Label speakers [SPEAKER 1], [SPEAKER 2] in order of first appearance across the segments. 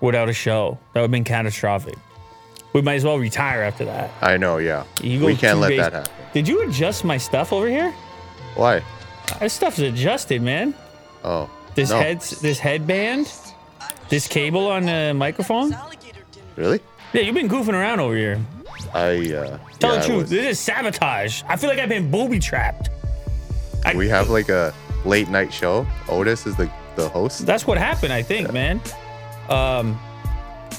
[SPEAKER 1] without a show. That would have been catastrophic. We might as well retire after that.
[SPEAKER 2] I know, yeah.
[SPEAKER 1] You go
[SPEAKER 2] we can't
[SPEAKER 1] two
[SPEAKER 2] let
[SPEAKER 1] days-
[SPEAKER 2] that happen.
[SPEAKER 1] Did you adjust my stuff over here?
[SPEAKER 2] Why?
[SPEAKER 1] This stuff's adjusted, man.
[SPEAKER 2] Oh.
[SPEAKER 1] This
[SPEAKER 2] no.
[SPEAKER 1] heads, this headband, this cable on the microphone.
[SPEAKER 2] Really?
[SPEAKER 1] Yeah, you've been goofing around over here.
[SPEAKER 2] I, uh.
[SPEAKER 1] Tell
[SPEAKER 2] yeah, I
[SPEAKER 1] the truth,
[SPEAKER 2] was-
[SPEAKER 1] this is sabotage. I feel like I've been booby trapped. I-
[SPEAKER 2] we have like a late night show. Otis is the, the host.
[SPEAKER 1] That's what happened, I think, man. Um,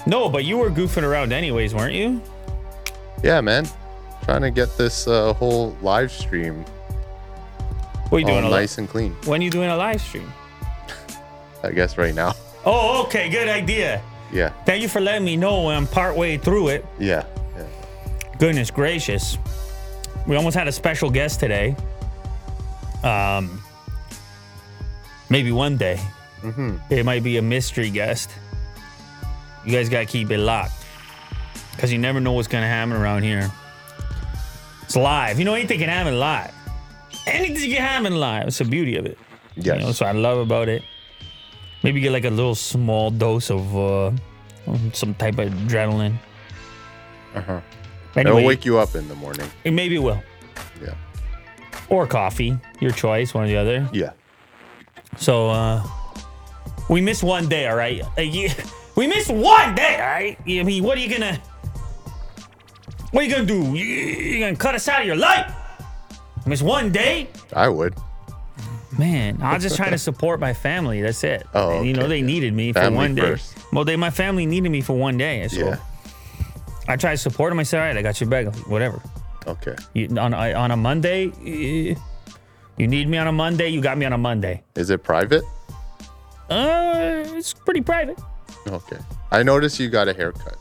[SPEAKER 1] no, but you were goofing around anyways, weren't you?
[SPEAKER 2] Yeah, man. Trying to get this uh, whole live stream
[SPEAKER 1] What are you
[SPEAKER 2] all
[SPEAKER 1] doing? A li-
[SPEAKER 2] nice and clean.
[SPEAKER 1] when you doing a live stream?
[SPEAKER 2] I guess right now.
[SPEAKER 1] Oh, okay, good idea.
[SPEAKER 2] Yeah.
[SPEAKER 1] Thank you for letting me know when I'm partway through it.
[SPEAKER 2] Yeah. Yeah.
[SPEAKER 1] Goodness gracious. We almost had a special guest today. Um, maybe one day. It might be a mystery guest. You guys got to keep it locked because you never know what's going to happen around here. It's live. You know, anything can happen live. Anything can happen live. It's the beauty of it.
[SPEAKER 2] Yes.
[SPEAKER 1] You know, so I love about it. Maybe get like a little small dose of uh, some type of adrenaline.
[SPEAKER 2] Uh-huh.
[SPEAKER 1] Anyway,
[SPEAKER 2] It'll wake you up in the morning.
[SPEAKER 1] it maybe it will.
[SPEAKER 2] Yeah.
[SPEAKER 1] Or coffee, your choice, one or the other.
[SPEAKER 2] Yeah.
[SPEAKER 1] So uh, we missed one day, all right. Uh, you- we missed one day, all right. I mean, what are you gonna? What are you gonna do? You, you're gonna cut us out of your life? Miss one day?
[SPEAKER 2] I would.
[SPEAKER 1] Man, I was just trying to support my family. That's it.
[SPEAKER 2] Oh,
[SPEAKER 1] And, you know
[SPEAKER 2] okay.
[SPEAKER 1] they needed me for
[SPEAKER 2] Family
[SPEAKER 1] one day.
[SPEAKER 2] first.
[SPEAKER 1] Well, they my family needed me for one day, so
[SPEAKER 2] Yeah.
[SPEAKER 1] I tried to support them. I said, all right, I got your back, whatever.
[SPEAKER 2] Okay.
[SPEAKER 1] You, on I- on a Monday, eh, you need me on a Monday. You got me on a Monday.
[SPEAKER 2] Is it private?
[SPEAKER 1] Uh, it's pretty private.
[SPEAKER 2] Okay. I noticed you got a haircut.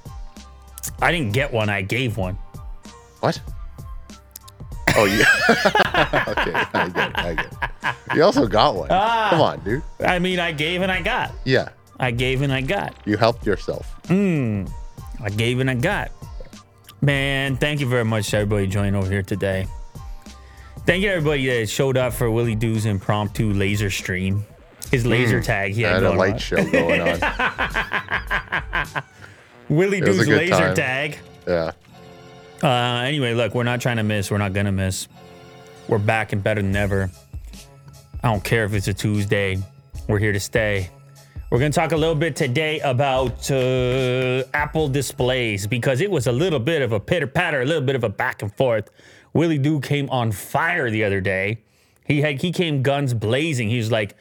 [SPEAKER 1] I didn't get one. I gave one.
[SPEAKER 2] What? Oh yeah. okay. I get it. I get it. You also got one. Come on, dude.
[SPEAKER 1] I mean, I gave and I got.
[SPEAKER 2] Yeah.
[SPEAKER 1] I gave and I got.
[SPEAKER 2] You helped yourself.
[SPEAKER 1] I gave and I got. Man, thank you very much to everybody joining over here today. Thank you to everybody that showed up for Willie Doo's impromptu laser stream. His laser tag he
[SPEAKER 2] Hmm. I
[SPEAKER 1] had,
[SPEAKER 2] had a
[SPEAKER 1] going
[SPEAKER 2] light
[SPEAKER 1] on.
[SPEAKER 2] show going on.
[SPEAKER 1] Willie
[SPEAKER 2] was a
[SPEAKER 1] Doo's
[SPEAKER 2] good
[SPEAKER 1] laser
[SPEAKER 2] time.
[SPEAKER 1] tag.
[SPEAKER 2] yeah.
[SPEAKER 1] Uh, anyway, look, we're not trying to miss. We're not gonna miss. We're back and better than ever. I don't care if it's a Tuesday. We're here to stay. We're gonna talk a little bit today about uh, Apple displays because it was a little bit of a pitter patter, a little bit of a back and forth. Willie Doo came on fire the other day. He had he came guns blazing. He was like,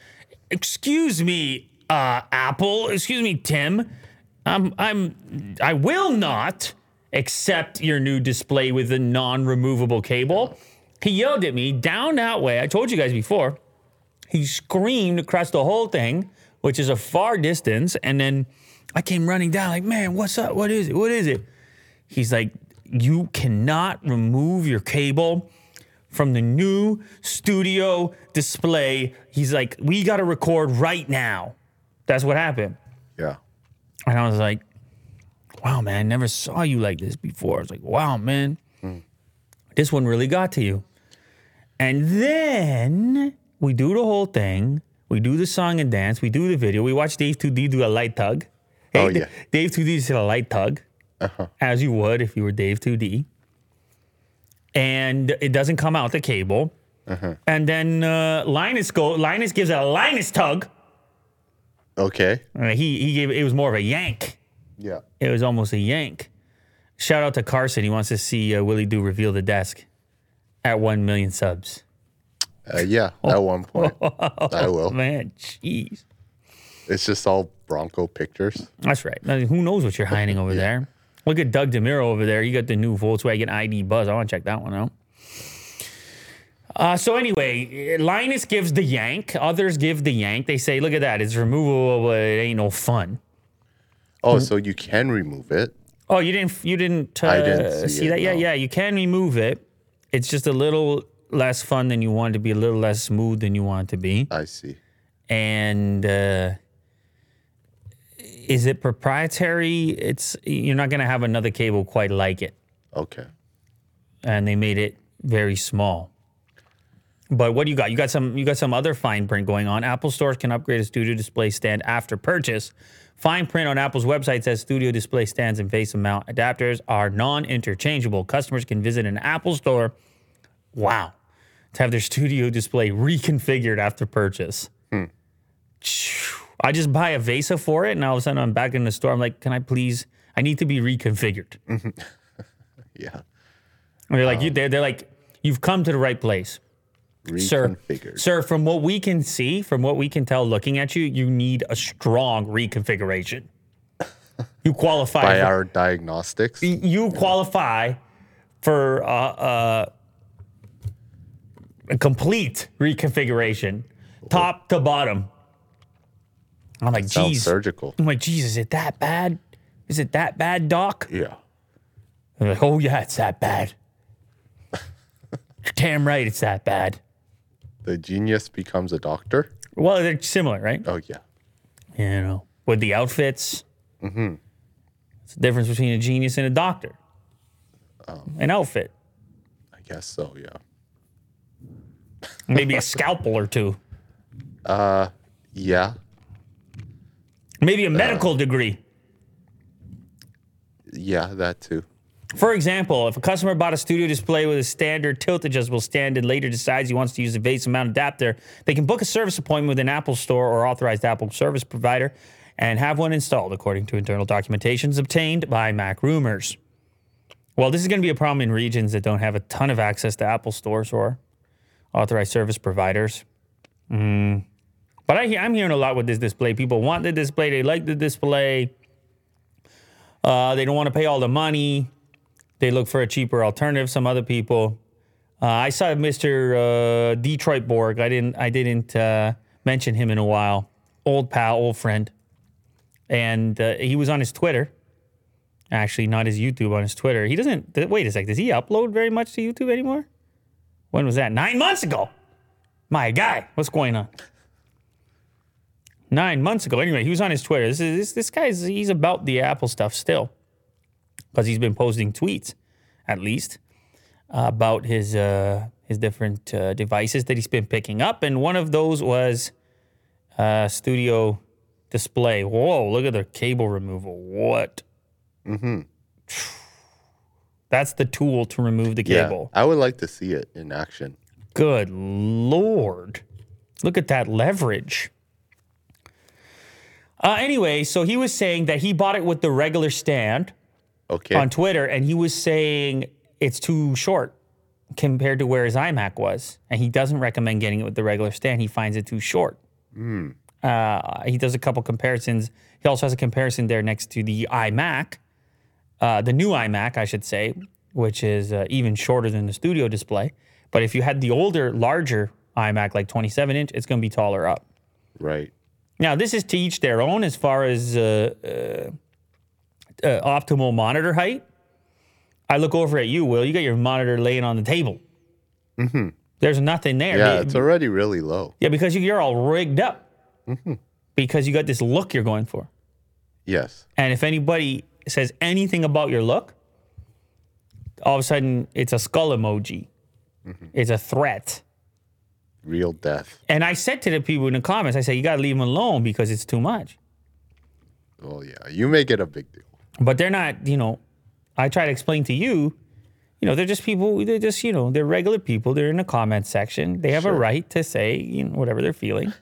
[SPEAKER 1] "Excuse me, uh, Apple. Excuse me, Tim. I'm I'm I will not accept your new display with the non-removable cable." He yelled at me down that way. I told you guys before he screamed across the whole thing, which is a far distance. And then I came running down, like, man, what's up? What is it? What is it? He's like, you cannot remove your cable from the new studio display. He's like, we got to record right now. That's what happened.
[SPEAKER 2] Yeah.
[SPEAKER 1] And I was like, wow, man, I never saw you like this before. I was like, wow, man, this one really got to you. And then we do the whole thing. We do the song and dance. We do the video. We watch Dave 2D do a light tug.
[SPEAKER 2] Oh,
[SPEAKER 1] Dave-
[SPEAKER 2] yeah. Uh-huh.
[SPEAKER 1] Dave 2D did a light tug, as you would if you were Dave 2D. And it doesn't come out the cable.
[SPEAKER 2] Uh-huh.
[SPEAKER 1] And then uh, Linus go. Linus gives a Linus tug.
[SPEAKER 2] Okay.
[SPEAKER 1] Uh, he he gave it was more of a yank.
[SPEAKER 2] Yeah.
[SPEAKER 1] It was almost a yank. Shout out to Carson. He wants to see uh, Willie Do reveal the desk at 1 million subs.
[SPEAKER 2] Uh, yeah. At one point, I will.
[SPEAKER 1] Man, jeez.
[SPEAKER 2] It's just all Bronco pictures.
[SPEAKER 1] That's right. I mean, who knows what you're hiding over there? Look at Doug DeMiro over there. He got the new Volkswagen ID Buzz. I want to check that one out. Uh, so anyway, Linus gives the yank. Others give the yank. They say, "Look at that. It's removable, but it ain't no fun."
[SPEAKER 2] Oh, so you can remove it.
[SPEAKER 1] Oh, you didn't you didn't, uh,
[SPEAKER 2] I didn't
[SPEAKER 1] see,
[SPEAKER 2] see it,
[SPEAKER 1] that? Yeah,
[SPEAKER 2] no.
[SPEAKER 1] yeah, you can remove it. It's just a little less fun than you want it to be, a little less smooth than you want it to be.
[SPEAKER 2] I see.
[SPEAKER 1] And uh, is it proprietary? It's you're not going to have another cable quite like it.
[SPEAKER 2] Okay.
[SPEAKER 1] And they made it very small. But what do you got? You got some you got some other fine print going on. Apple stores can upgrade a studio display stand after purchase. Fine print on Apple's website says studio display stands and face mount adapters are non-interchangeable. Customers can visit an Apple store. Wow. To have their studio display reconfigured after purchase. Phew. I just buy a Vesa for it and all of a sudden I'm back in the store. I'm like, can I please? I need to be reconfigured.
[SPEAKER 2] Yeah.
[SPEAKER 1] And they're like, you, they're, they're like, you've come to the right place. Sir,
[SPEAKER 2] Reconfigured.
[SPEAKER 1] sir, from what we can see, from what we can tell looking at you, you need a strong reconfiguration. You qualify
[SPEAKER 2] By
[SPEAKER 1] for-
[SPEAKER 2] our diagnostics.
[SPEAKER 1] you qualify for uh, uh, a complete reconfiguration, top to bottom. I'm like,
[SPEAKER 2] Sounds
[SPEAKER 1] geez,
[SPEAKER 2] surgical.
[SPEAKER 1] I'm like, geez, is it that bad? Is it that bad, Doc?
[SPEAKER 2] Yeah.
[SPEAKER 1] I'm like, oh yeah, it's that bad. You're damn right, it's that bad.
[SPEAKER 2] The genius becomes a doctor.
[SPEAKER 1] Well, they're similar, right?
[SPEAKER 2] Oh yeah.
[SPEAKER 1] You know, with the outfits. It's the difference between a genius and a doctor. An outfit,
[SPEAKER 2] I guess so. Yeah.
[SPEAKER 1] maybe a scalpel or two,
[SPEAKER 2] Yeah.
[SPEAKER 1] maybe a medical degree.
[SPEAKER 2] Yeah. That too.
[SPEAKER 1] For example, if a customer bought a studio display with a standard tilt adjustable stand and later decides he wants to use a base mount adapter, they can book a service appointment with an Apple store or authorized Apple service provider and have one installed, according to internal documentations obtained by Mac Rumors. Well, this is going to be a problem in regions that don't have a ton of access to Apple stores or authorized service providers. Mm. But I, hear- I'm hearing a lot with this display. People want the display, they like the display, uh, they don't want to pay all the money they look for a cheaper alternative. Some other people. Uh, I saw Mr. Uh, Detroit Borg. I didn't. I didn't uh, mention him in a while. Old pal, old friend, and uh, he was on his Twitter. Actually, not his YouTube. On his Twitter, he doesn't. th- wait a sec. Does he upload very much to YouTube anymore? When was that? Nine months ago. My guy, what's going on? Nine months ago. Anyway, he was on his Twitter. This is this, this guy's. He's about the Apple stuff still because he's been posting tweets, at least, uh, about his uh, his different uh, devices that he's been picking up, and one of those was uh, Studio Display. Whoa! Look at the cable removal. What? Mm-hmm. That's the tool to remove the
[SPEAKER 2] Yeah.
[SPEAKER 1] cable.
[SPEAKER 2] I would like to see it in action.
[SPEAKER 1] Good lord. Look at that leverage. Uh, anyway, so he was saying that he bought it with the regular stand
[SPEAKER 2] Okay.
[SPEAKER 1] on Twitter, and he was saying it's too short compared to where his iMac was, and he doesn't recommend getting it with the regular stand. He finds it too short. Uh, he does a couple comparisons. He also has a comparison there next to the iMac, uh, the new iMac, I should say, which is uh, even shorter than the studio display. But if you had the older, larger iMac, like 27 inch, it's going to be taller up.
[SPEAKER 2] right.
[SPEAKER 1] Now, this is to each their own as far as uh, uh, uh, optimal monitor height. I look over at you, Will. You got your monitor laying on the table. Mm-hmm. There's nothing there.
[SPEAKER 2] Yeah.
[SPEAKER 1] They-
[SPEAKER 2] It's already really low.
[SPEAKER 1] yeah, because you, you're all rigged up.
[SPEAKER 2] Mm-hmm.
[SPEAKER 1] Because you got this look you're going for.
[SPEAKER 2] Yes.
[SPEAKER 1] And if anybody says anything about your look, all of a sudden it's a skull emoji,
[SPEAKER 2] Mm-hmm.
[SPEAKER 1] it's a threat.
[SPEAKER 2] Real death.
[SPEAKER 1] And I said to the people in the comments, I said, you got to leave them alone because it's too much.
[SPEAKER 2] Well, Oh, yeah. You make it a big deal.
[SPEAKER 1] but they're not you know i try to explain to you you know they're just people they're just you know they're regular people they're in the comment section they have a right to say you know whatever they're feeling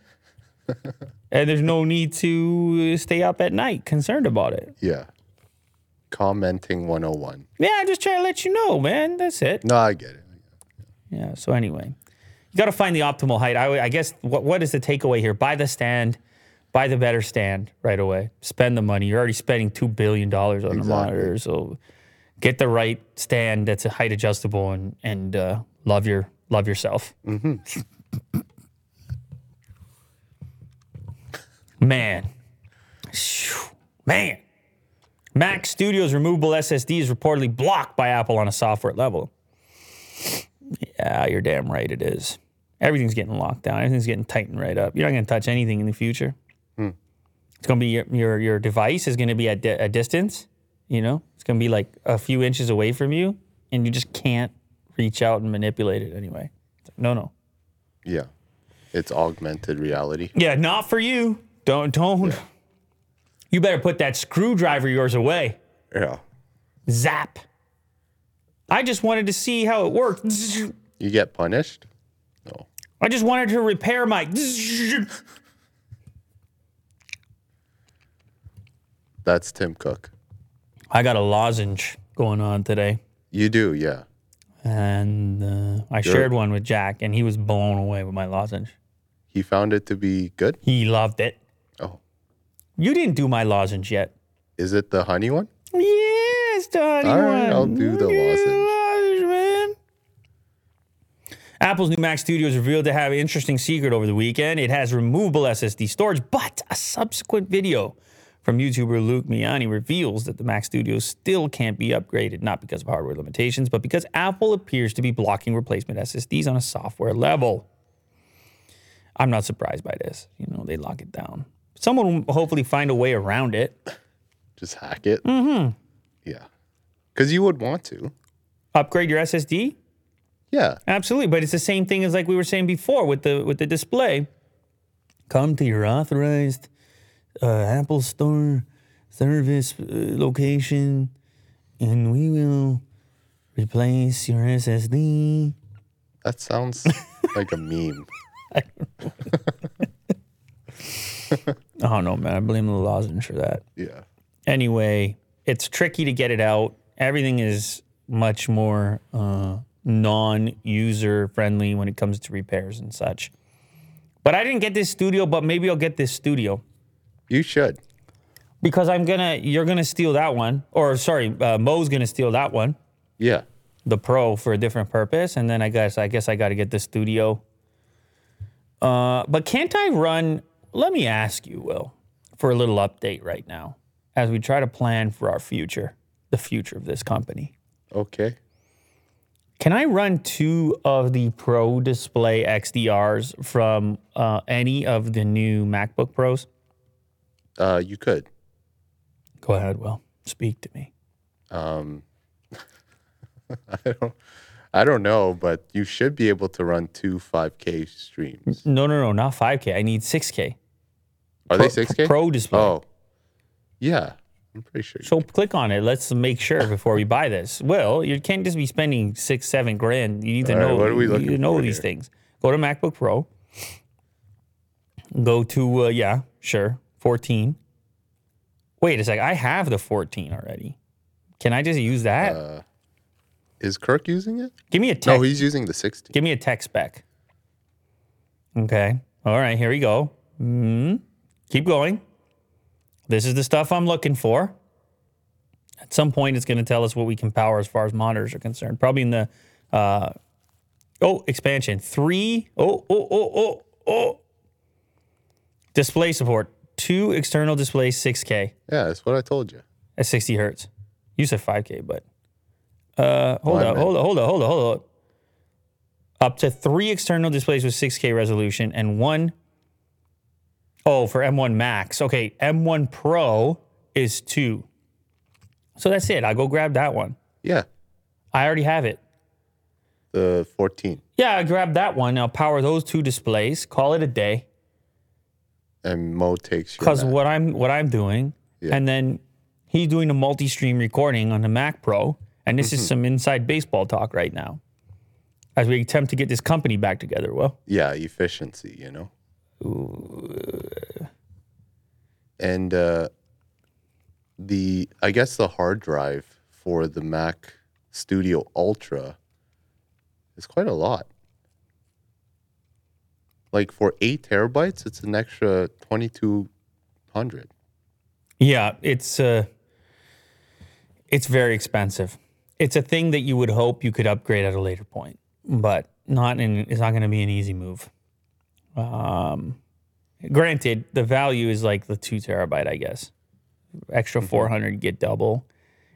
[SPEAKER 1] and there's no need to stay up at night concerned about it
[SPEAKER 2] Yeah. Commenting 101.
[SPEAKER 1] yeah i'm just trying to let you know man that's it
[SPEAKER 2] No, I get it.
[SPEAKER 1] Yeah. So anyway, you got to find the optimal height. I, would- I guess what what is the takeaway here? Buy the stand, buy the better stand right away. Spend the money. You're already spending two billion dollars on the monitor, so get the right stand that's height adjustable and and uh, love your love yourself. Man, Phew. man. Mac Studios removable SSD is reportedly blocked by Apple on a software level. Yeah, Ah, you're damn right it is. Everything's getting locked down. Everything's getting tightened right up. You're not going to touch anything in the future. It's going to be your, your your device is going to be at di- a distance. You know, it's going to be like a few inches away from you, and you just can't reach out and manipulate it anyway. It's like, no, no,
[SPEAKER 2] Yeah. It's augmented reality.
[SPEAKER 1] Yeah, not for you. Don't don't. You better put that screwdriver of yours away.
[SPEAKER 2] Yeah.
[SPEAKER 1] Zap. I just wanted to see how it worked.
[SPEAKER 2] You get punished? No.
[SPEAKER 1] I just wanted to repair my.
[SPEAKER 2] That's Tim Cook.
[SPEAKER 1] I got a lozenge going on today,
[SPEAKER 2] You do, yeah.
[SPEAKER 1] and uh, I shared one with Jack, and he was blown away with my lozenge.
[SPEAKER 2] He found it to be good.
[SPEAKER 1] He loved it.
[SPEAKER 2] Oh.
[SPEAKER 1] You didn't do my lozenge yet.
[SPEAKER 2] Is it the honey one?
[SPEAKER 1] Yes, Donnie.
[SPEAKER 2] All right,
[SPEAKER 1] one.
[SPEAKER 2] I'll do the
[SPEAKER 1] Look at lozenge,
[SPEAKER 2] lozenge.
[SPEAKER 1] man. Apple's new Mac Studio is revealed to have an interesting secret over the weekend. It has removable SSD storage, but a subsequent video from YouTuber Luke Miani reveals that the Mac Studio still can't be upgraded, not because of hardware limitations, but because Apple appears to be blocking replacement SSDs on a software level. I'm not surprised by this. You know, they lock it down. Someone will hopefully find a way around it.
[SPEAKER 2] Just hack it. Mm-hmm. Yeah. Because you would want to.
[SPEAKER 1] Upgrade your SSD?
[SPEAKER 2] Yeah.
[SPEAKER 1] Absolutely, but it's the same thing as like we were saying before with the with the display. Come to your authorized uh, Apple Store service uh, location, and we will replace your SSD.
[SPEAKER 2] That sounds like a meme.
[SPEAKER 1] I don't know, man. I blame the lozenge for that.
[SPEAKER 2] Yeah.
[SPEAKER 1] Anyway, it's tricky to get it out. Everything is much more uh, non-user friendly when it comes to repairs and such. But I didn't get this studio, but maybe I'll get this studio.
[SPEAKER 2] You should.
[SPEAKER 1] Because I'm gonna, you're gonna steal that one, or sorry, uh, Mo's gonna steal that one,
[SPEAKER 2] Yeah.
[SPEAKER 1] the Pro for a different purpose, and then I guess I guess I got to get the Studio. Uh, but can't I run? Let me ask you, Will, for a little update right now, as we try to plan for our future, the future of this company.
[SPEAKER 2] Okay.
[SPEAKER 1] Can I run two of the Pro Display XDRs from uh, any of the new MacBook Pros?
[SPEAKER 2] Uh, you could.
[SPEAKER 1] Go ahead, Will. Speak to me.
[SPEAKER 2] Um, I don't. I don't know, but you should be able to run two 5K streams.
[SPEAKER 1] No, no, no, not 5K. I need 6K.
[SPEAKER 2] Are they
[SPEAKER 1] Pro-
[SPEAKER 2] 6K?
[SPEAKER 1] Pro display.
[SPEAKER 2] Oh, yeah. I'm pretty sure.
[SPEAKER 1] So click on it. Let's make sure before we buy this. Well, you can't just be spending six, seven grand. You need to
[SPEAKER 2] All right,
[SPEAKER 1] know.
[SPEAKER 2] what are we
[SPEAKER 1] you need to
[SPEAKER 2] looking
[SPEAKER 1] know
[SPEAKER 2] for
[SPEAKER 1] these
[SPEAKER 2] here?
[SPEAKER 1] things. Go to MacBook Pro. Go to uh, yeah, sure, fourteen. Wait a sec. I have the fourteen already. Can I just use that?
[SPEAKER 2] Is Kirk using it?
[SPEAKER 1] give me a
[SPEAKER 2] Uh, No,
[SPEAKER 1] tech.
[SPEAKER 2] he's using the 60.
[SPEAKER 1] give me a tech spec. Okay. All right. Here we go. Mm, keep going. This is the stuff I'm looking for. At some point, it's going to tell us what we can power as far as monitors are concerned. Probably in the uh, oh expansion three oh oh oh oh oh display support two external displays six K
[SPEAKER 2] Yeah, that's what I told you.
[SPEAKER 1] at 60 hertz. You said 5K, but uh, hold
[SPEAKER 2] I
[SPEAKER 1] up,
[SPEAKER 2] meant-
[SPEAKER 1] hold up, hold up, hold up, hold up. Up to three external displays with 6K resolution and one. Oh, for M1 Max. Okay, M1 Pro is two. So that's it. I'll go grab that one.
[SPEAKER 2] Yeah,
[SPEAKER 1] I already have it.
[SPEAKER 2] the 14.
[SPEAKER 1] Yeah, I grab that one. I'll power those two displays. Call it a day.
[SPEAKER 2] And Mo takes your.
[SPEAKER 1] because
[SPEAKER 2] Mac.
[SPEAKER 1] what I'm what I'm doing,
[SPEAKER 2] Yeah.
[SPEAKER 1] and then he's doing a multi-stream recording on the Mac Pro, and this is some inside baseball talk right now, as we attempt to get this company back together. Well,
[SPEAKER 2] Yeah, efficiency, you know? And uh, the, I guess the hard drive for the Mac Studio Ultra is quite a lot. Like for eight terabytes, it's an extra 2200.
[SPEAKER 1] yeah, it's uh, it's very expensive. It's a thing that you would hope you could upgrade at a later point, but not in. It's not going to be an easy move. Um, granted, the value is like the two terabyte, I guess. Extra four hundred get double.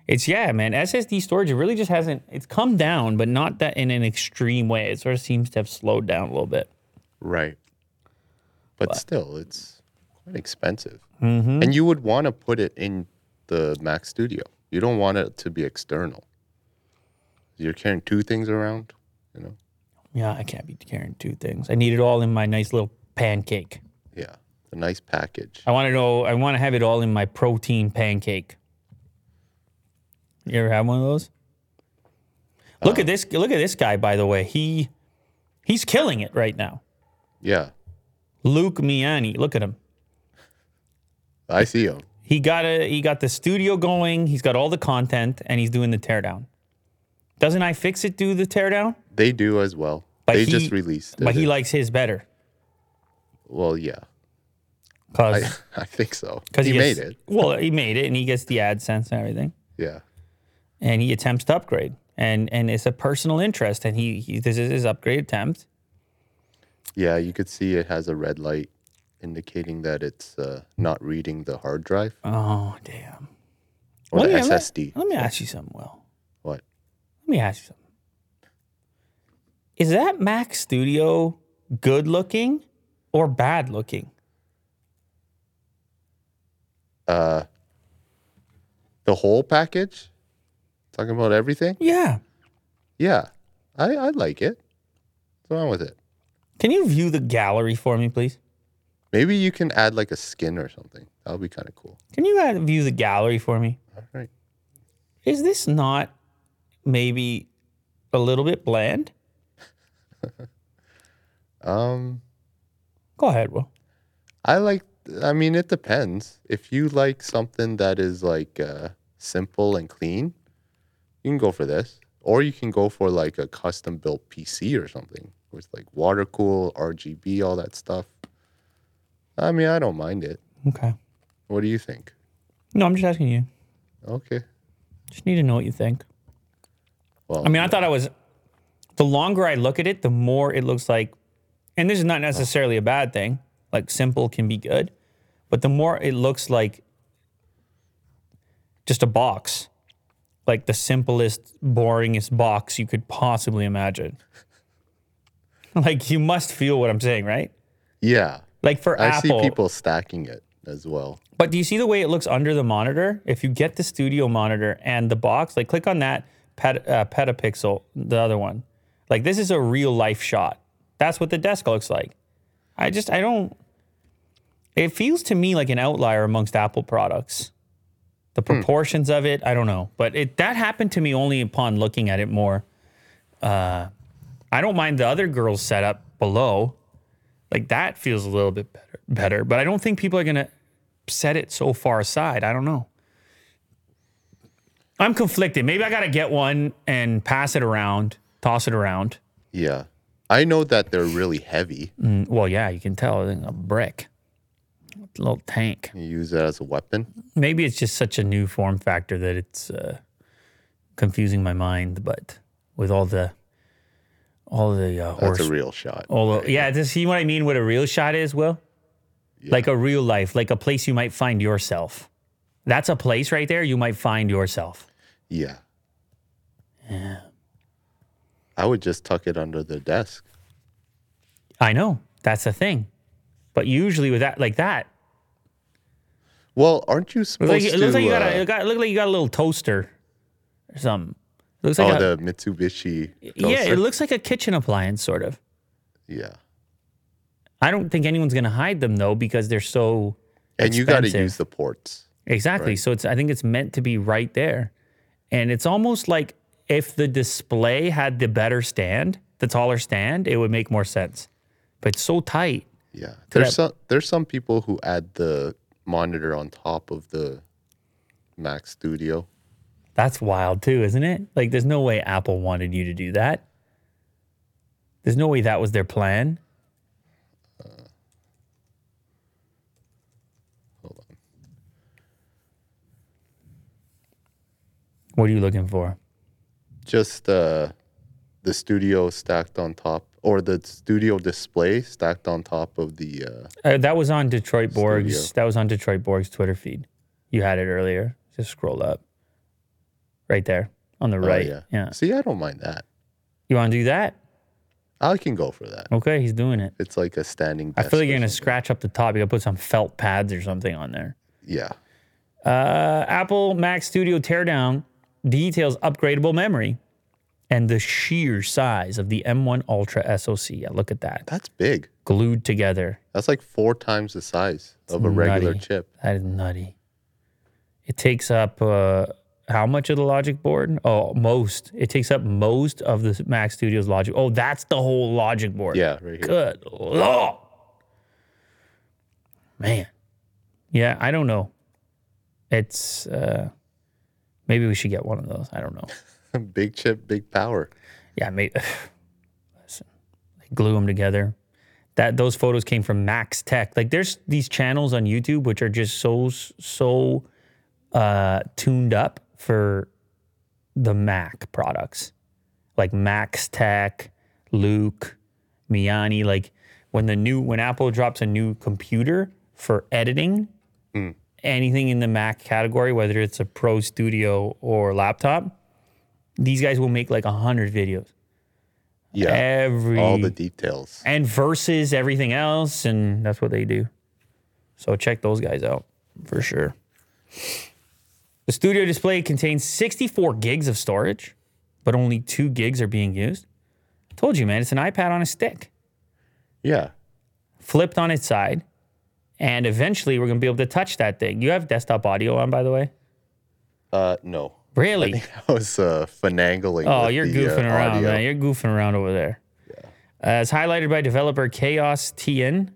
[SPEAKER 1] It's yeah, man. SSD storage it really just hasn't. It's come down, but not that in an extreme way. It sort of seems to have slowed down a little bit.
[SPEAKER 2] Right. But, still, it's quite expensive.
[SPEAKER 1] Mm-hmm.
[SPEAKER 2] And you would want to put it in the Mac Studio. You don't want it to be external. You're carrying two things around, you know?
[SPEAKER 1] Yeah, I can't be carrying two things. I need it all in my nice little pancake.
[SPEAKER 2] Yeah, a nice package.
[SPEAKER 1] I want to know. I want to have it all in my protein pancake. You ever had one of those? Look
[SPEAKER 2] Uh-huh.
[SPEAKER 1] at this. Look at this guy. By the way, he he's killing it right now.
[SPEAKER 2] Yeah,
[SPEAKER 1] Luke Miani. Look at him.
[SPEAKER 2] I see him.
[SPEAKER 1] He got a he got the studio going. He's got all the content, and he's doing the teardown. Doesn't I fix it do the teardown?
[SPEAKER 2] They do as well.
[SPEAKER 1] But
[SPEAKER 2] they
[SPEAKER 1] he-
[SPEAKER 2] just released.
[SPEAKER 1] But
[SPEAKER 2] it.
[SPEAKER 1] he likes his better
[SPEAKER 2] well, yeah, I,
[SPEAKER 1] because
[SPEAKER 2] I think so. He,
[SPEAKER 1] gets,
[SPEAKER 2] made it.
[SPEAKER 1] Well, he made it, and he gets the AdSense and everything,
[SPEAKER 2] Yeah,
[SPEAKER 1] and he attempts to upgrade, and and it's a personal interest, and he, he this is his upgrade attempt.
[SPEAKER 2] yeah. You could see it has a red light indicating that it's uh, not reading the hard drive
[SPEAKER 1] Oh damn!
[SPEAKER 2] or
[SPEAKER 1] Let
[SPEAKER 2] the
[SPEAKER 1] me- let-
[SPEAKER 2] SSD.
[SPEAKER 1] Let me ask you something, Will.
[SPEAKER 2] What?
[SPEAKER 1] Let me ask you something. Is that Mac Studio good looking or bad looking?
[SPEAKER 2] Uh, the whole package. Talking about everything.
[SPEAKER 1] Yeah.
[SPEAKER 2] Yeah, I, I like it. What's wrong with it?
[SPEAKER 1] Can you view the gallery for me, please?
[SPEAKER 2] Maybe you can add like a skin or something. That would be kind of cool.
[SPEAKER 1] Can you add, view the gallery for me?
[SPEAKER 2] All right.
[SPEAKER 1] Is this not maybe a little bit bland?
[SPEAKER 2] Um,
[SPEAKER 1] Go ahead, Will.
[SPEAKER 2] I like. I mean, it depends. If you like something that is like uh, simple and clean, you can go for this, or you can go for like a custom built PC or something with like water cool, RGB, all that stuff. I mean, I don't mind it.
[SPEAKER 1] Okay.
[SPEAKER 2] What do you think?
[SPEAKER 1] No, I'm just asking you.
[SPEAKER 2] Okay.
[SPEAKER 1] Just need to know what you think.
[SPEAKER 2] Well,
[SPEAKER 1] I mean, I thought I was. The longer I look at it, the more it looks like, and this is not necessarily a bad thing. Like simple can be good, but the more it looks like just a box, like the simplest, boringest box you could possibly imagine. like you must feel what I'm saying, right?
[SPEAKER 2] yeah,
[SPEAKER 1] Like for
[SPEAKER 2] I
[SPEAKER 1] Apple,
[SPEAKER 2] see people stacking it as well.
[SPEAKER 1] but do you see the way it looks under the monitor? If you get the studio monitor and the box, like click on that pet, uh, petapixel, the other one. Like this is a real life shot. That's what the desk looks like. I just I don't. It feels to me like an outlier amongst Apple products. The proportions of it, I don't know, but it that happened to me only upon looking at it more. Uh, I don't mind the other girl's setup below. Like that feels a little bit better, better, but I don't think people are gonna set it so far aside. I don't know. I'm conflicted. Maybe I got to get one and pass it around, toss it around.
[SPEAKER 2] Yeah. I know that they're really heavy.
[SPEAKER 1] Mm, Well, yeah, you can tell it's a brick, It's a little tank.
[SPEAKER 2] You use it as a weapon.
[SPEAKER 1] Maybe it's just such a new form factor that it's uh, confusing my mind. But with all the, all the uh,
[SPEAKER 2] That's
[SPEAKER 1] horse,
[SPEAKER 2] a real shot.
[SPEAKER 1] all the, yeah. Does see what I mean? What a real shot is, Will? Like a real life, like a place you might find yourself. That's a place right there. You might find yourself.
[SPEAKER 2] Yeah. Yeah. I would just tuck it under the desk.
[SPEAKER 1] I know that's the thing, but usually with that like that,
[SPEAKER 2] Well, aren't you
[SPEAKER 1] it
[SPEAKER 2] supposed
[SPEAKER 1] looks like, it
[SPEAKER 2] to?
[SPEAKER 1] looks like you got
[SPEAKER 2] uh,
[SPEAKER 1] a it got, look like you got a little toaster or something. It looks like
[SPEAKER 2] oh,
[SPEAKER 1] a,
[SPEAKER 2] the Mitsubishi.
[SPEAKER 1] yeah,
[SPEAKER 2] toaster?
[SPEAKER 1] it looks like a kitchen appliance sort of.
[SPEAKER 2] yeah.
[SPEAKER 1] I don't think anyone's gonna hide them though because they're so
[SPEAKER 2] And you got to
[SPEAKER 1] expensive.
[SPEAKER 2] use the ports.
[SPEAKER 1] Exactly. So it's I think it's meant to be right there. And it's almost like if the display had the better stand, the taller stand, it would make more sense. But it's so tight.
[SPEAKER 2] Yeah. There's
[SPEAKER 1] that-
[SPEAKER 2] some there's some people who add the monitor on top of the Mac Studio.
[SPEAKER 1] That's wild too, isn't it? Like there's no way Apple wanted you to do that. There's no way that was their plan.
[SPEAKER 2] Hold on.
[SPEAKER 1] What are you looking for?
[SPEAKER 2] Just uh, the studio stacked on top, or the studio display stacked on top of the. Uh,
[SPEAKER 1] Uh, that was on Detroit Borg's.
[SPEAKER 2] Studio.
[SPEAKER 1] That was on Detroit Borg's Twitter feed. You had it earlier. Just scroll up. Right there on the
[SPEAKER 2] oh,
[SPEAKER 1] right.
[SPEAKER 2] yeah.
[SPEAKER 1] yeah.
[SPEAKER 2] See, I don't mind that.
[SPEAKER 1] You want to do that?
[SPEAKER 2] I can go for that.
[SPEAKER 1] Okay, he's doing it.
[SPEAKER 2] It's like a standing.
[SPEAKER 1] I
[SPEAKER 2] Desk
[SPEAKER 1] feel like you're
[SPEAKER 2] or
[SPEAKER 1] gonna
[SPEAKER 2] something.
[SPEAKER 1] scratch up the top. You gotta put some felt pads or something on there.
[SPEAKER 2] Yeah.
[SPEAKER 1] Uh, Apple Mac Studio teardown details upgradable memory. and the sheer size of the M1 Ultra SoC. Yeah, look at that.
[SPEAKER 2] That's big.
[SPEAKER 1] Glued together.
[SPEAKER 2] That's like four times the size of a regular
[SPEAKER 1] nutty.
[SPEAKER 2] chip.
[SPEAKER 1] That is nutty. It takes up uh, how much of the logic board? Oh, most. It takes up most of the Mac Studios logic. Oh, that's the whole logic board.
[SPEAKER 2] Yeah, right here.
[SPEAKER 1] Good lord, man. Yeah, I don't know. It's uh, maybe we should get one of those. I don't know.
[SPEAKER 2] big chip, big power.
[SPEAKER 1] Yeah, maybe. Listen, they glue them together. That those photos came from Max Tech. Like, there's these channels on YouTube which are just so so uh, tuned up for the Mac products, like Max Tech, Luke, Miani. Like when the new when Apple drops a new computer for editing, anything in the Mac category, whether it's a Pro Studio or laptop, these guys will make like a hundred videos
[SPEAKER 2] Yeah.
[SPEAKER 1] every
[SPEAKER 2] All the details.
[SPEAKER 1] and versus everything else, and that's what they do. So check those guys out for sure. The studio display contains 64 gigs of storage, but only two gigs are being used. I told you, man, it's an iPad on a stick,
[SPEAKER 2] Yeah.
[SPEAKER 1] flipped on its side, and eventually we're gonna be able to touch that thing. You have desktop audio on, by the way.
[SPEAKER 2] Uh, no.
[SPEAKER 1] Really?
[SPEAKER 2] I was uh, finagling.
[SPEAKER 1] Oh,
[SPEAKER 2] with
[SPEAKER 1] you're
[SPEAKER 2] the, uh,
[SPEAKER 1] goofing around,
[SPEAKER 2] audio.
[SPEAKER 1] man. You're goofing around over there. Uh, as highlighted by developer Chaos TN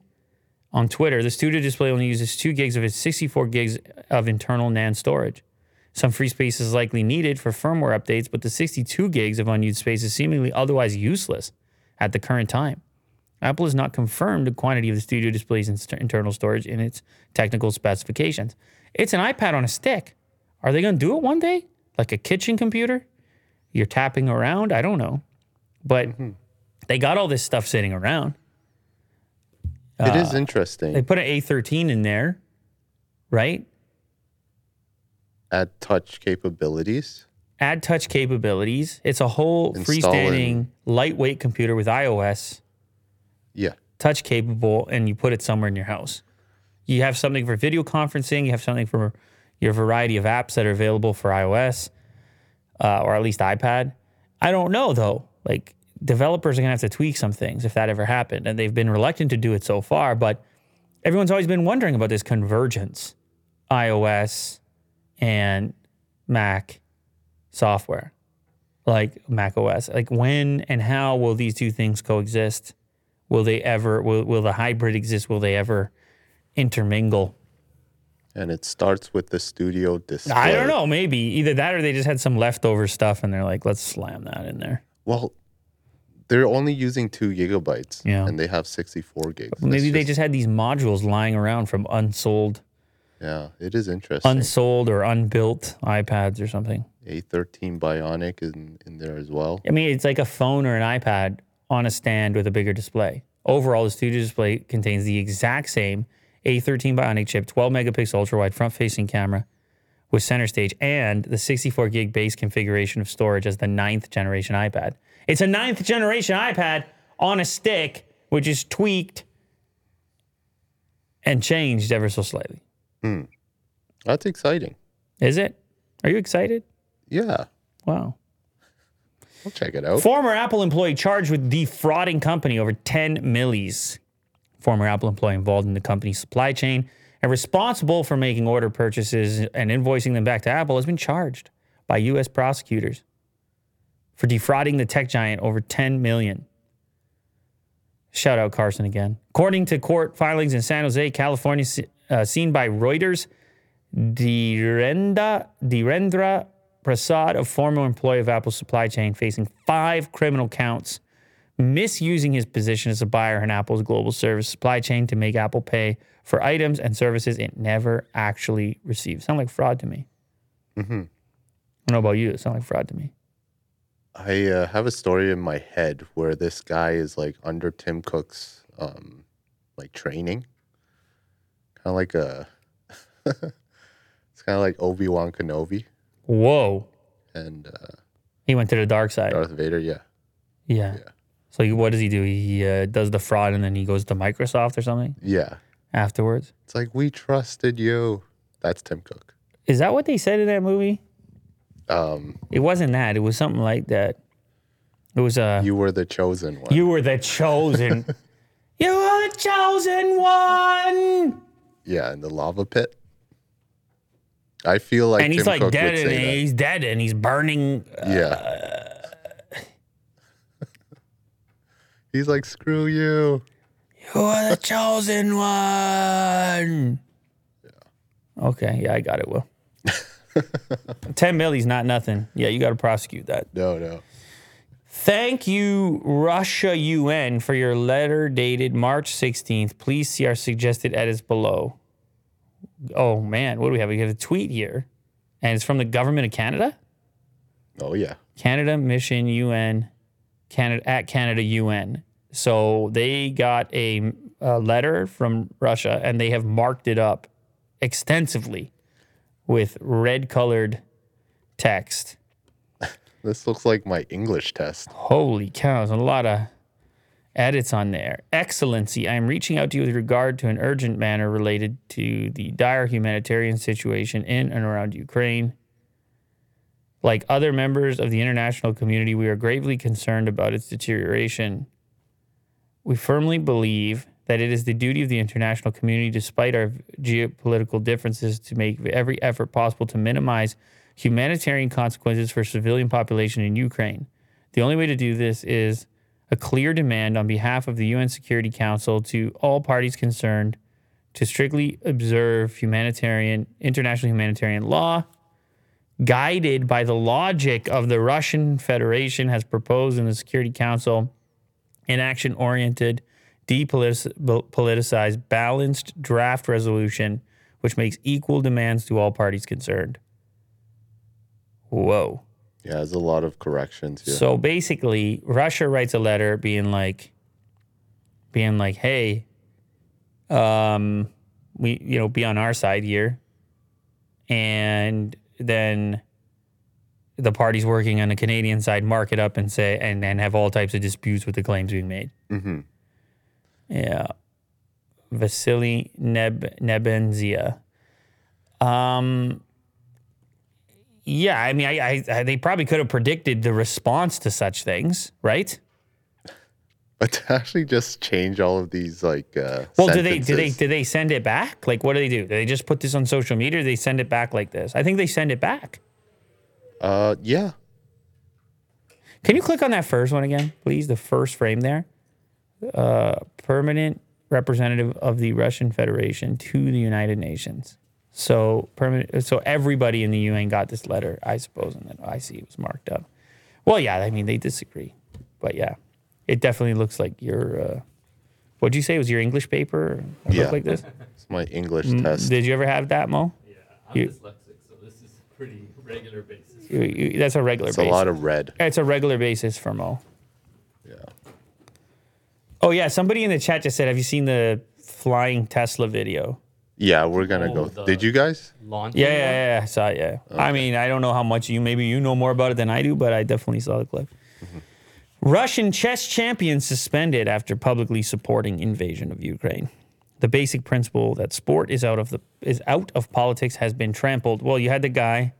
[SPEAKER 1] on Twitter, the studio display only uses two gigs of its 64 gigs of internal NAND storage. Some free space is likely needed for firmware updates, but the 62 gigs of unused space is seemingly otherwise useless at the current time. Apple has not confirmed the quantity of the studio display's inst- internal storage in its technical specifications. It's an iPad on a stick. Are they going to do it one day? Like a kitchen computer? You're tapping around? I don't know. But they got all this stuff sitting around.
[SPEAKER 2] It
[SPEAKER 1] Uh,
[SPEAKER 2] is interesting
[SPEAKER 1] They put an A13 in there, right?
[SPEAKER 2] at touch capabilities.
[SPEAKER 1] Add touch capabilities. It's a whole freestanding,
[SPEAKER 2] Installing.
[SPEAKER 1] lightweight computer with iOS.
[SPEAKER 2] Yeah.
[SPEAKER 1] touch capable and you put it somewhere in your house. You have something for video conferencing, you have something for your variety of apps that are available for iOS uh, or at least iPad. I don't know though. Like developers are going to have to tweak some things if that ever happened. And they've been reluctant to do it so far, but everyone's always been wondering about this convergence iOS and Mac software, like Mac OS. Like when and how will these two things coexist? Will they ever? Will will the hybrid exist? Will they ever intermingle?
[SPEAKER 2] And it starts with the studio display.
[SPEAKER 1] I don't know. Maybe either that or they just had some leftover stuff and they're like, let's slam that in there.
[SPEAKER 2] Well, they're only using two gigabytes.
[SPEAKER 1] Yeah.
[SPEAKER 2] And they have 64 gigs. That's
[SPEAKER 1] Maybe they just had these modules lying around from unsold,
[SPEAKER 2] Yeah. It is interesting.
[SPEAKER 1] unsold or unbuilt iPads or something.
[SPEAKER 2] A13 Bionic is in, in there as well.
[SPEAKER 1] I mean, it's like a phone or an iPad on a stand with a bigger display. Overall, the studio display contains the exact same A13 Bionic chip, 12 megapixel ultra wide front facing camera with center stage, and the 64 gig base configuration of storage as the ninth generation iPad. It's a ninth generation iPad on a stick, which is tweaked and changed ever so slightly.
[SPEAKER 2] That's exciting.
[SPEAKER 1] Is it? Are you excited?
[SPEAKER 2] Yeah.
[SPEAKER 1] Wow.
[SPEAKER 2] I'll check it out.
[SPEAKER 1] Former Apple employee charged with defrauding company over 10 millis. Former Apple employee involved in the company's supply chain and responsible for making order purchases and invoicing them back to Apple has been charged by U.S. prosecutors for defrauding the tech giant over 10 million. Shout out Carson again. According to court filings in San Jose, California, se- uh, seen by Reuters, Dhirenda, Dhirendra Prasad, a former employee of Apple's supply chain, facing five criminal counts, misusing his position as a buyer in Apple's global service supply chain to make Apple pay for items and services it never actually received. Sound like fraud to me. I don't know about you. It sounds like fraud to me.
[SPEAKER 2] I uh, have a story in my head where this guy is like under Tim Cook's um, like training, kind of like a, it's kind of like Obi Wan Kenobi
[SPEAKER 1] Whoa.
[SPEAKER 2] and uh,
[SPEAKER 1] He went to the dark side.
[SPEAKER 2] Darth Vader. Uh, Yeah,
[SPEAKER 1] Yeah. So he, what does he do? He uh, does the fraud and then he goes to Microsoft or something
[SPEAKER 2] yeah.
[SPEAKER 1] afterwards.
[SPEAKER 2] It's like we trusted you. That's Tim Cook.
[SPEAKER 1] Is that what they said in that movie?
[SPEAKER 2] Um,
[SPEAKER 1] It wasn't that. It was something like that. It was uh,
[SPEAKER 2] You were the chosen one.
[SPEAKER 1] you were the chosen. you were the chosen one.
[SPEAKER 2] yeah, in the lava pit. I feel like
[SPEAKER 1] and he's
[SPEAKER 2] Tim
[SPEAKER 1] like
[SPEAKER 2] Cook
[SPEAKER 1] dead,
[SPEAKER 2] would
[SPEAKER 1] and
[SPEAKER 2] say
[SPEAKER 1] he's dead, and he's burning.
[SPEAKER 2] that. yeah. he's like, screw you.
[SPEAKER 1] You are the chosen one. Okay, yeah, I got it. Will ten millie's not nothing. Yeah, you got to prosecute that.
[SPEAKER 2] No, no.
[SPEAKER 1] Thank you, Russia UN, for your letter dated March 16th. Please see our suggested edits below. Oh man, what do we have? We have a tweet here, and it's from the government of Canada.
[SPEAKER 2] Oh yeah.
[SPEAKER 1] Canada Mission UN, Canada at Canada UN. So they got a, a letter from Russia and they have marked it up extensively with red colored text.
[SPEAKER 2] This looks like my English test.
[SPEAKER 1] Holy cow, there's a lot of edits on there. Excellency, I am reaching out to you with regard to an urgent matter related to the dire humanitarian situation in and around Ukraine. Like other members of the international community, we are gravely concerned about its deterioration. We firmly believe that it is the duty of the international community, despite our geopolitical differences, to make every effort possible to minimize humanitarian consequences for civilian population in Ukraine. The only way to do this is a clear demand on behalf of the UN Security Council to all parties concerned to strictly observe humanitarian international humanitarian law guided by the logic of the Russian Federation has proposed in the Security Council an action oriented, depoliticized, balanced draft resolution which makes equal demands to all parties concerned. Whoa.
[SPEAKER 2] Yeah, there's a lot of corrections here.
[SPEAKER 1] So basically, Russia writes a letter being like, being like, hey, um, we, you know, be on our side here. And then the parties working on the Canadian side mark it up and say, and then have all types of disputes with the claims being made.
[SPEAKER 2] hmm
[SPEAKER 1] Yeah. Vasily Neb- Nebenzia. Um, yeah, I mean, I, I, I, they probably could have predicted the response to such things, right?
[SPEAKER 2] But to actually just change all of these like uh
[SPEAKER 1] Well, do they do they
[SPEAKER 2] sentences-
[SPEAKER 1] do they send it back? Like, what do they do? Do they just put this on social media? Or do they send it back like this? I think they send it back.
[SPEAKER 2] uh yeah.
[SPEAKER 1] Can you click on that first one again, please? The first frame there. Uh, permanent representative of the Russian Federation to the United Nations. So permanent. So everybody in the UN got this letter, I suppose, and then I see it was marked up. Well, yeah, I mean they disagree, but yeah, it definitely looks like your. Uh, what'd you say? Was your English paper? Look
[SPEAKER 2] Yeah.
[SPEAKER 1] like this?
[SPEAKER 2] It's my English test.
[SPEAKER 1] Did you ever have that, Mo?
[SPEAKER 3] Yeah, I'm
[SPEAKER 1] You-
[SPEAKER 3] dyslexic, so this is a pretty regular basis.
[SPEAKER 1] You- you- that's a regular
[SPEAKER 2] It's a
[SPEAKER 1] basis.
[SPEAKER 2] lot of red.
[SPEAKER 1] it's a regular basis for Mo.
[SPEAKER 2] Yeah.
[SPEAKER 1] Oh yeah, somebody in the chat just said, "Have you seen the flying Tesla video?"
[SPEAKER 2] Yeah, we're gonna
[SPEAKER 3] Oh,
[SPEAKER 2] go.
[SPEAKER 3] the-
[SPEAKER 2] Did you guys?
[SPEAKER 3] Launch.
[SPEAKER 1] Yeah, yeah, yeah, yeah. I saw it. Yeah. I mean, I don't know how much you maybe you know more about it than I do, but I definitely saw the clip. Russian chess champion suspended after publicly supporting invasion of Ukraine. The basic principle that sport is out of the is out of politics has been trampled. Well, you had the guy,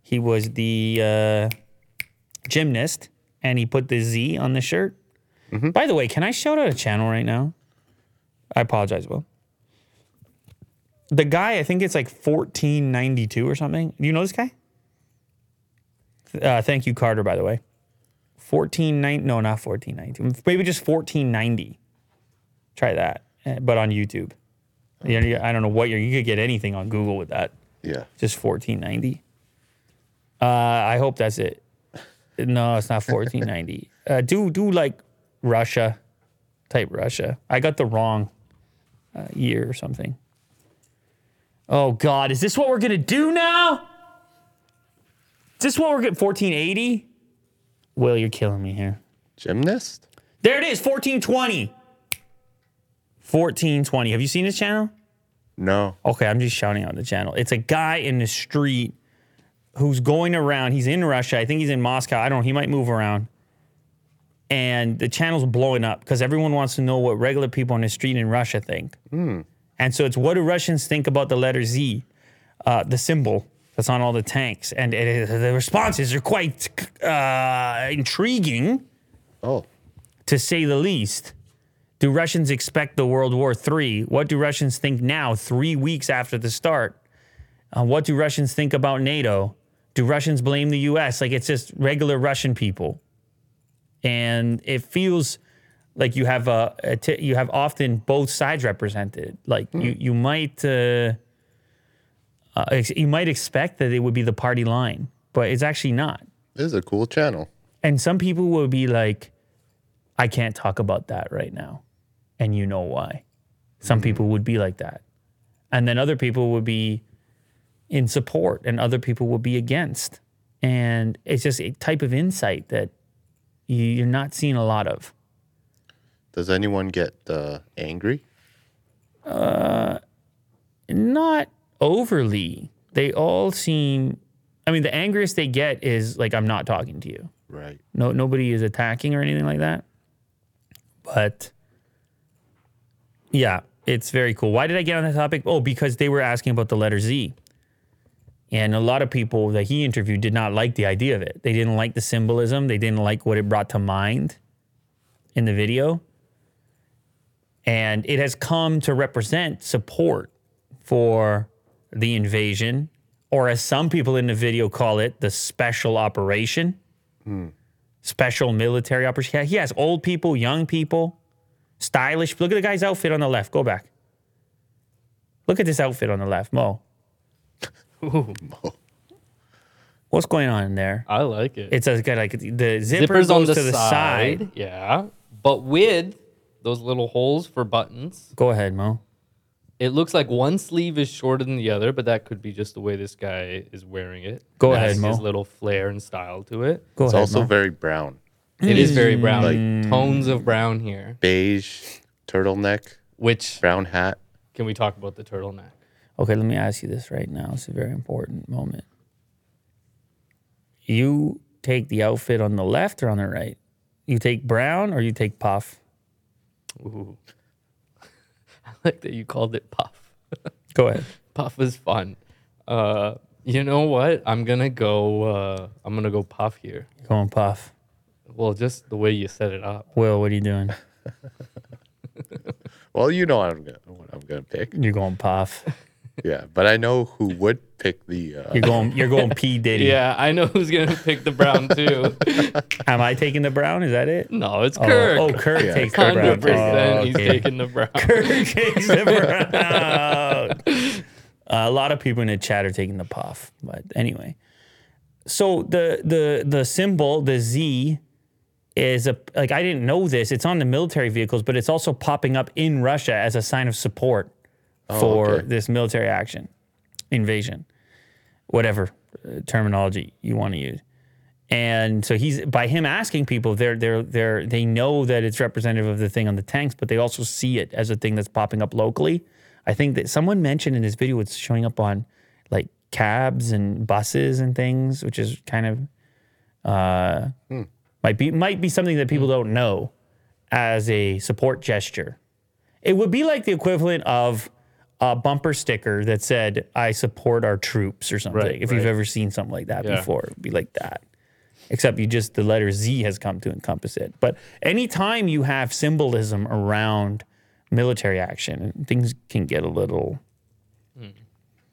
[SPEAKER 1] he was the uh, gymnast, and he put the Z on the shirt. By the way, can I shout out a channel right now? I apologize, Will the guy, I think it's like 1492 or something. Do you know this guy? Uh, thank you, Carter, by the way. 1490, no, not 1492. Maybe just 1490. Try that, eh, but on YouTube. You know, I don't know what you're, you could get anything on Google with that.
[SPEAKER 2] Yeah.
[SPEAKER 1] Just 1490. Uh, I hope that's it. No, it's not 1490. uh, do, do like Russia, type Russia. I got the wrong uh, year or something. Oh God, is this what we're gonna do now? Is this what we're getting? 1480? Will, you're killing me here.
[SPEAKER 2] Gymnast?
[SPEAKER 1] There it is, 1420. 1420. Have you seen this channel?
[SPEAKER 2] No.
[SPEAKER 1] Okay, I'm just shouting out the channel. It's a guy in the street who's going around. He's in Russia. I think he's in Moscow. I don't know. He might move around. And the channel's blowing up because everyone wants to know what regular people on the street in Russia think. And so it's what do Russians think about the letter Z, uh, the symbol that's on all the tanks? And it, the responses are quite uh, intriguing
[SPEAKER 2] Oh,
[SPEAKER 1] to say the least. Do Russians expect the World War III? What do Russians think now, three weeks after the start? Uh, what do Russians think about NATO? Do Russians blame the US? Like it's just regular Russian people. And it feels like you have a, a t- you have often both sides represented. Like you you might uh, uh, ex- you might expect that it would be the party line, but it's actually not.
[SPEAKER 2] this is a cool channel.
[SPEAKER 1] And some people will be like, I can't talk about that right now. And you know why. Some people would be like that. And then other people would be in support and other people would be against. And it's just a type of insight that you- you're not seeing a lot of.
[SPEAKER 2] Does anyone get uh, angry?
[SPEAKER 1] Not overly. They all seem, I mean, the angriest they get is like, I'm not talking to you.
[SPEAKER 2] Right.
[SPEAKER 1] No, nobody is attacking or anything like that. But yeah, it's very cool. Why did I get on that topic? Oh, because they were asking about the letter Z. And a lot of people that he interviewed did not like the idea of it. They didn't like the symbolism. They didn't like what it brought to mind in the video. And it has come to represent support for the invasion, or as some people in the video call it, the special operation special military operation. He has old people, young people, stylish. Look at the guy's outfit on the left. Go back. Look at this outfit on the left, Mo.
[SPEAKER 3] Ooh,
[SPEAKER 1] What's going on in there?
[SPEAKER 3] I like it.
[SPEAKER 1] It's a, got like the zipper
[SPEAKER 3] zippers
[SPEAKER 1] goes
[SPEAKER 3] on the,
[SPEAKER 1] to the
[SPEAKER 3] side.
[SPEAKER 1] side.
[SPEAKER 3] Yeah, but with those little holes for buttons.
[SPEAKER 1] Go ahead, Mo.
[SPEAKER 3] It looks like one sleeve is shorter than the other, but that could be just the way this guy is wearing it.
[SPEAKER 1] Go
[SPEAKER 3] It
[SPEAKER 1] ahead,
[SPEAKER 3] has
[SPEAKER 1] Mo.
[SPEAKER 3] His little flair and style to it.
[SPEAKER 1] Go
[SPEAKER 2] It's
[SPEAKER 1] ahead,
[SPEAKER 2] also
[SPEAKER 1] Mo.
[SPEAKER 2] very brown.
[SPEAKER 3] It is very brown,
[SPEAKER 1] Mm.
[SPEAKER 3] tones of brown here.
[SPEAKER 2] Beige, turtleneck,
[SPEAKER 3] Which
[SPEAKER 2] brown hat.
[SPEAKER 3] can we talk about the turtleneck?
[SPEAKER 1] okay, let me ask you this right now. It's a very important moment. You take the outfit on the left or on the right? You take brown or you take puff?
[SPEAKER 3] Ooh, I like that you called it puff.
[SPEAKER 1] Go ahead.
[SPEAKER 3] Puff is fun. Uh, you know what? I'm gonna go. Uh, I'm gonna go puff here.
[SPEAKER 1] Go on, puff.
[SPEAKER 3] Well, just the way you set it up.
[SPEAKER 1] Will, what are you doing?
[SPEAKER 2] Well, you know what I'm gonna what I'm gonna pick.
[SPEAKER 1] You're going puff.
[SPEAKER 2] Yeah, but I know who would pick the. Uh,
[SPEAKER 1] You're going. You're going P Diddy.
[SPEAKER 3] Yeah, I know who's gonna pick the brown too.
[SPEAKER 1] Am I taking the brown? Is that it?
[SPEAKER 3] no, it's
[SPEAKER 1] Oh,
[SPEAKER 3] Kirk.
[SPEAKER 1] Oh, Kirk
[SPEAKER 2] Yeah.
[SPEAKER 1] takes the brown.
[SPEAKER 3] Hundred percent,
[SPEAKER 1] Oh,
[SPEAKER 3] he's
[SPEAKER 1] okay.
[SPEAKER 3] taking the brown.
[SPEAKER 1] Kirk takes the brown. a lot of people in the chat are taking the puff, but anyway. So the the the symbol, the Z, is a like I didn't know this. It's on the military vehicles, but it's also popping up in Russia as a sign of support for
[SPEAKER 2] okay.
[SPEAKER 1] this military action, invasion, whatever uh, terminology you want to use. And so he's by him asking people, they're they're they're they know that it's representative of the thing on the tanks, but they also see it as a thing that's popping up locally. I think that someone mentioned in this video it's showing up on like cabs and buses and things, which is kind of uh, might be might be something that people don't know as a support gesture. It would be like the equivalent of a bumper sticker that said "I support our troops" or something.
[SPEAKER 3] Right,
[SPEAKER 1] if you've
[SPEAKER 3] right.
[SPEAKER 1] ever seen something like that
[SPEAKER 3] Yeah.
[SPEAKER 1] before, it'd be like that. Except you just the letter Z has come to encompass it. But anytime you have symbolism around military action, things can get a little.
[SPEAKER 3] Mm-hmm.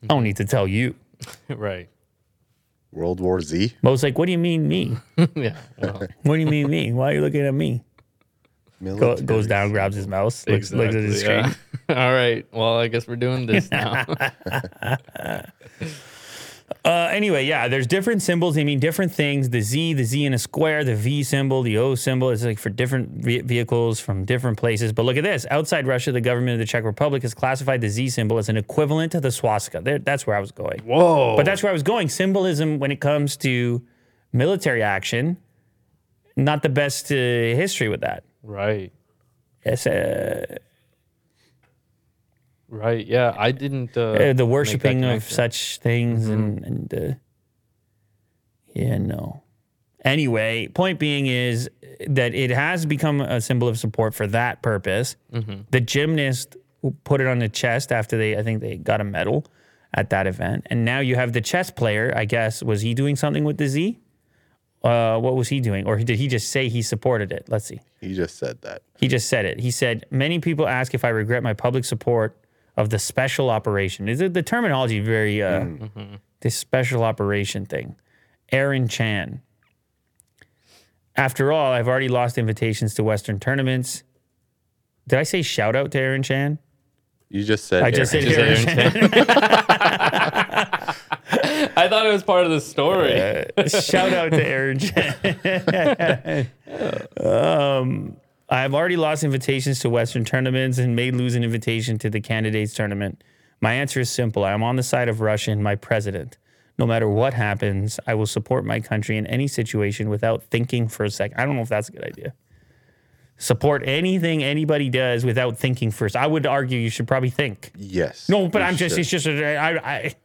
[SPEAKER 1] I don't need to tell you.
[SPEAKER 3] right.
[SPEAKER 2] World War Z.
[SPEAKER 1] Mo's like, what do you mean me?
[SPEAKER 3] Yeah. Well,
[SPEAKER 1] What do you mean me? Why are you looking at me? Go,
[SPEAKER 2] military.
[SPEAKER 1] goes down, grabs his mouse, looks, looks at his
[SPEAKER 3] exactly,
[SPEAKER 1] screen.
[SPEAKER 3] yeah. All right. Well, I guess we're doing this now.
[SPEAKER 1] Uh, anyway, yeah, there's different symbols. They mean different things. The Z, the Z in a square, the V symbol, the O symbol. It's like for different ve- vehicles from different places. But look at this. Outside Russia, the government of the Czech Republic has classified the Z symbol as an equivalent to the swastika. There, that's where I was going.
[SPEAKER 3] Whoa.
[SPEAKER 1] But that's where I was going. Symbolism when it comes to military action, not the best uh, history with that.
[SPEAKER 3] Right.
[SPEAKER 1] It's, uh,
[SPEAKER 3] Right. Yeah. I didn't. Uh,
[SPEAKER 1] uh,
[SPEAKER 3] make
[SPEAKER 1] the
[SPEAKER 3] that
[SPEAKER 1] worshiping of
[SPEAKER 3] connection. Mm-hmm.
[SPEAKER 1] such things and, and uh, yeah no anyway point being is that it has become a symbol of support for that purpose
[SPEAKER 3] Mm-hmm.
[SPEAKER 1] the gymnast who put it on the chest after they i think they got a medal at that event and now you have the chess player i guess was he doing something with the z Uh, what was he doing? Or did he just say he supported it? Let's see.
[SPEAKER 2] He just said that.
[SPEAKER 1] He just said it. He said, Many people ask if I regret my public support of the special operation. Is it the terminology very uh this special operation thing? Aaron Chan. After all, I've already lost invitations to Western tournaments. Did I say shout out to Aaron Chan?
[SPEAKER 2] You just said.
[SPEAKER 1] I just
[SPEAKER 2] Aaron
[SPEAKER 1] said
[SPEAKER 3] Just
[SPEAKER 1] Aaron
[SPEAKER 3] Aaron
[SPEAKER 1] Chan.
[SPEAKER 3] I thought it was part of the story.
[SPEAKER 1] Uh, Shout out to Aaron Chen. um, I've already lost invitations to Western tournaments and may lose an invitation to the candidates tournament. My answer is simple. I am on the side of Russia and my president. No matter what happens, I will support my country in any situation without thinking for a second. I don't know if that's a good idea. Support anything anybody does without thinking first. I would argue you should probably think.
[SPEAKER 2] Yes.
[SPEAKER 1] No, but
[SPEAKER 2] you
[SPEAKER 1] I'm just,
[SPEAKER 2] should.
[SPEAKER 1] it's just, uh, I, I, I-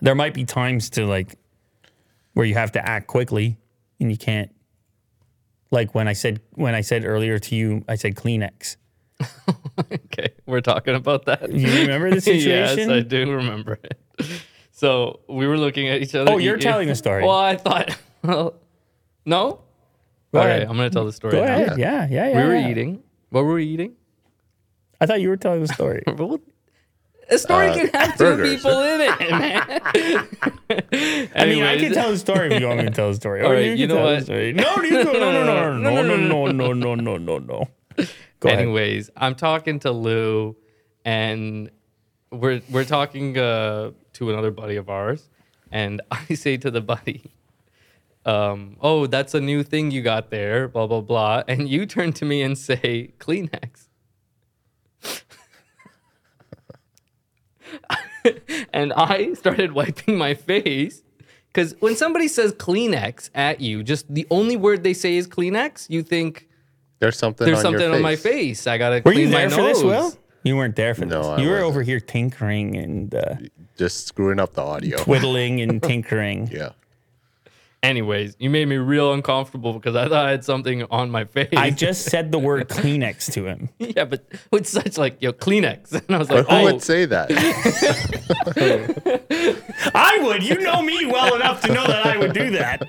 [SPEAKER 1] there might be times to like where you have to act quickly and you can't. Like when I said, when I said earlier to you, I said Kleenex.
[SPEAKER 3] Okay, we're talking about that.
[SPEAKER 1] You remember the situation?
[SPEAKER 3] yes, I do remember it. So we were looking at each other.
[SPEAKER 1] Oh, you're
[SPEAKER 3] You-
[SPEAKER 1] telling the story.
[SPEAKER 3] Well, I thought. Well, no.
[SPEAKER 1] Go
[SPEAKER 3] All right,
[SPEAKER 1] ahead.
[SPEAKER 3] I'm gonna tell the story.
[SPEAKER 1] Go
[SPEAKER 3] now.
[SPEAKER 1] ahead. Yeah, yeah, yeah.
[SPEAKER 3] We were
[SPEAKER 1] yeah.
[SPEAKER 3] eating. What were we eating?
[SPEAKER 1] I thought you were telling the story.
[SPEAKER 3] Well, A story
[SPEAKER 2] Uh,
[SPEAKER 3] can have
[SPEAKER 2] burgers.
[SPEAKER 3] two people in it. Man.
[SPEAKER 1] I mean, I can tell the story if you want me to tell the story. Or
[SPEAKER 3] All right,
[SPEAKER 1] can
[SPEAKER 3] you know
[SPEAKER 1] tell the
[SPEAKER 3] what?
[SPEAKER 1] story. No, you go. No, no, no, no, no, no, no, no, no, no, no. Go ahead.
[SPEAKER 3] Anyways, I'm talking to Lou, and we're we're talking uh, to another buddy of ours, and I say to the buddy, um, "Oh, that's a new thing you got there." Blah blah blah, and you turn to me and say, "Kleenex." and I started wiping my face. Because when somebody says Kleenex at you, just the only word they say is Kleenex, you think,
[SPEAKER 2] There's something.
[SPEAKER 3] there's
[SPEAKER 2] on
[SPEAKER 3] something
[SPEAKER 2] your face.
[SPEAKER 3] on my face. I gotta
[SPEAKER 1] Were
[SPEAKER 3] clean
[SPEAKER 1] you there
[SPEAKER 3] my
[SPEAKER 1] for
[SPEAKER 3] nose.
[SPEAKER 1] this, Will? You weren't there for
[SPEAKER 2] No,
[SPEAKER 1] this.
[SPEAKER 2] I
[SPEAKER 1] you were
[SPEAKER 2] wasn't.
[SPEAKER 1] over here tinkering and uh,
[SPEAKER 2] Just screwing up the audio.
[SPEAKER 1] twiddling and tinkering.
[SPEAKER 2] Yeah.
[SPEAKER 3] Anyways, you made me real uncomfortable because I thought I had something on my face.
[SPEAKER 1] I just said the word Kleenex to him.
[SPEAKER 3] yeah, but with such like yo Kleenex, and I was
[SPEAKER 2] But
[SPEAKER 3] like,
[SPEAKER 2] who
[SPEAKER 3] oh,
[SPEAKER 2] would say that?
[SPEAKER 1] I would. You know me well enough to know that I would do that.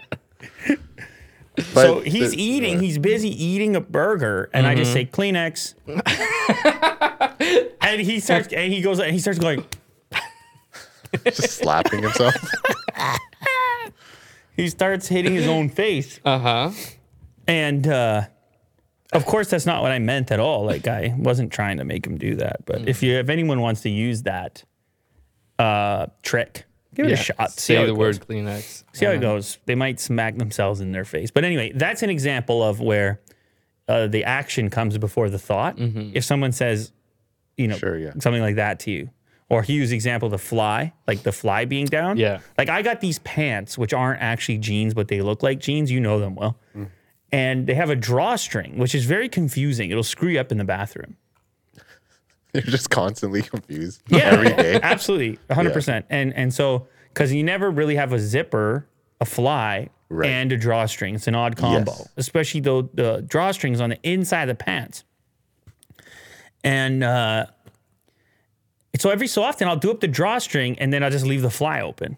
[SPEAKER 2] But
[SPEAKER 1] so he's
[SPEAKER 2] the-
[SPEAKER 1] eating. He's busy eating a burger, and I just say Kleenex, and he starts. And he goes. And he starts going.
[SPEAKER 2] just slapping himself.
[SPEAKER 1] He starts hitting his own face,
[SPEAKER 3] uh huh.
[SPEAKER 1] and uh, of course that's not what I meant at all. Like I wasn't trying to make him do that. But if you, if anyone wants to use that uh, trick, give it a shot. See how
[SPEAKER 3] Say
[SPEAKER 1] it
[SPEAKER 3] the
[SPEAKER 1] goes.
[SPEAKER 3] word Kleenex.
[SPEAKER 1] See how it goes. They might smack themselves in their face. But anyway, that's an example of where uh, the action comes before the thought. If someone says, you know,
[SPEAKER 2] Mm-hmm. Sure, yeah.
[SPEAKER 1] something like that to you, or Hugh's example, the fly, like the fly being down.
[SPEAKER 3] Yeah.
[SPEAKER 1] Like I got these pants, which aren't actually jeans, but they look like jeans. You know them well.
[SPEAKER 2] Mm.
[SPEAKER 1] And they have a drawstring, which is very confusing. It'll screw you up in the bathroom.
[SPEAKER 2] You're just constantly confused.
[SPEAKER 1] Yeah,
[SPEAKER 2] Every day.
[SPEAKER 1] Absolutely, 100%. And and so cuz you never really have a zipper, a fly,
[SPEAKER 2] Right.
[SPEAKER 1] and a drawstring. It's an odd combo,
[SPEAKER 2] Yes.
[SPEAKER 1] especially though the drawstrings on the inside of the pants. And uh so every so often I'll do up the drawstring and then I'll just leave the fly open.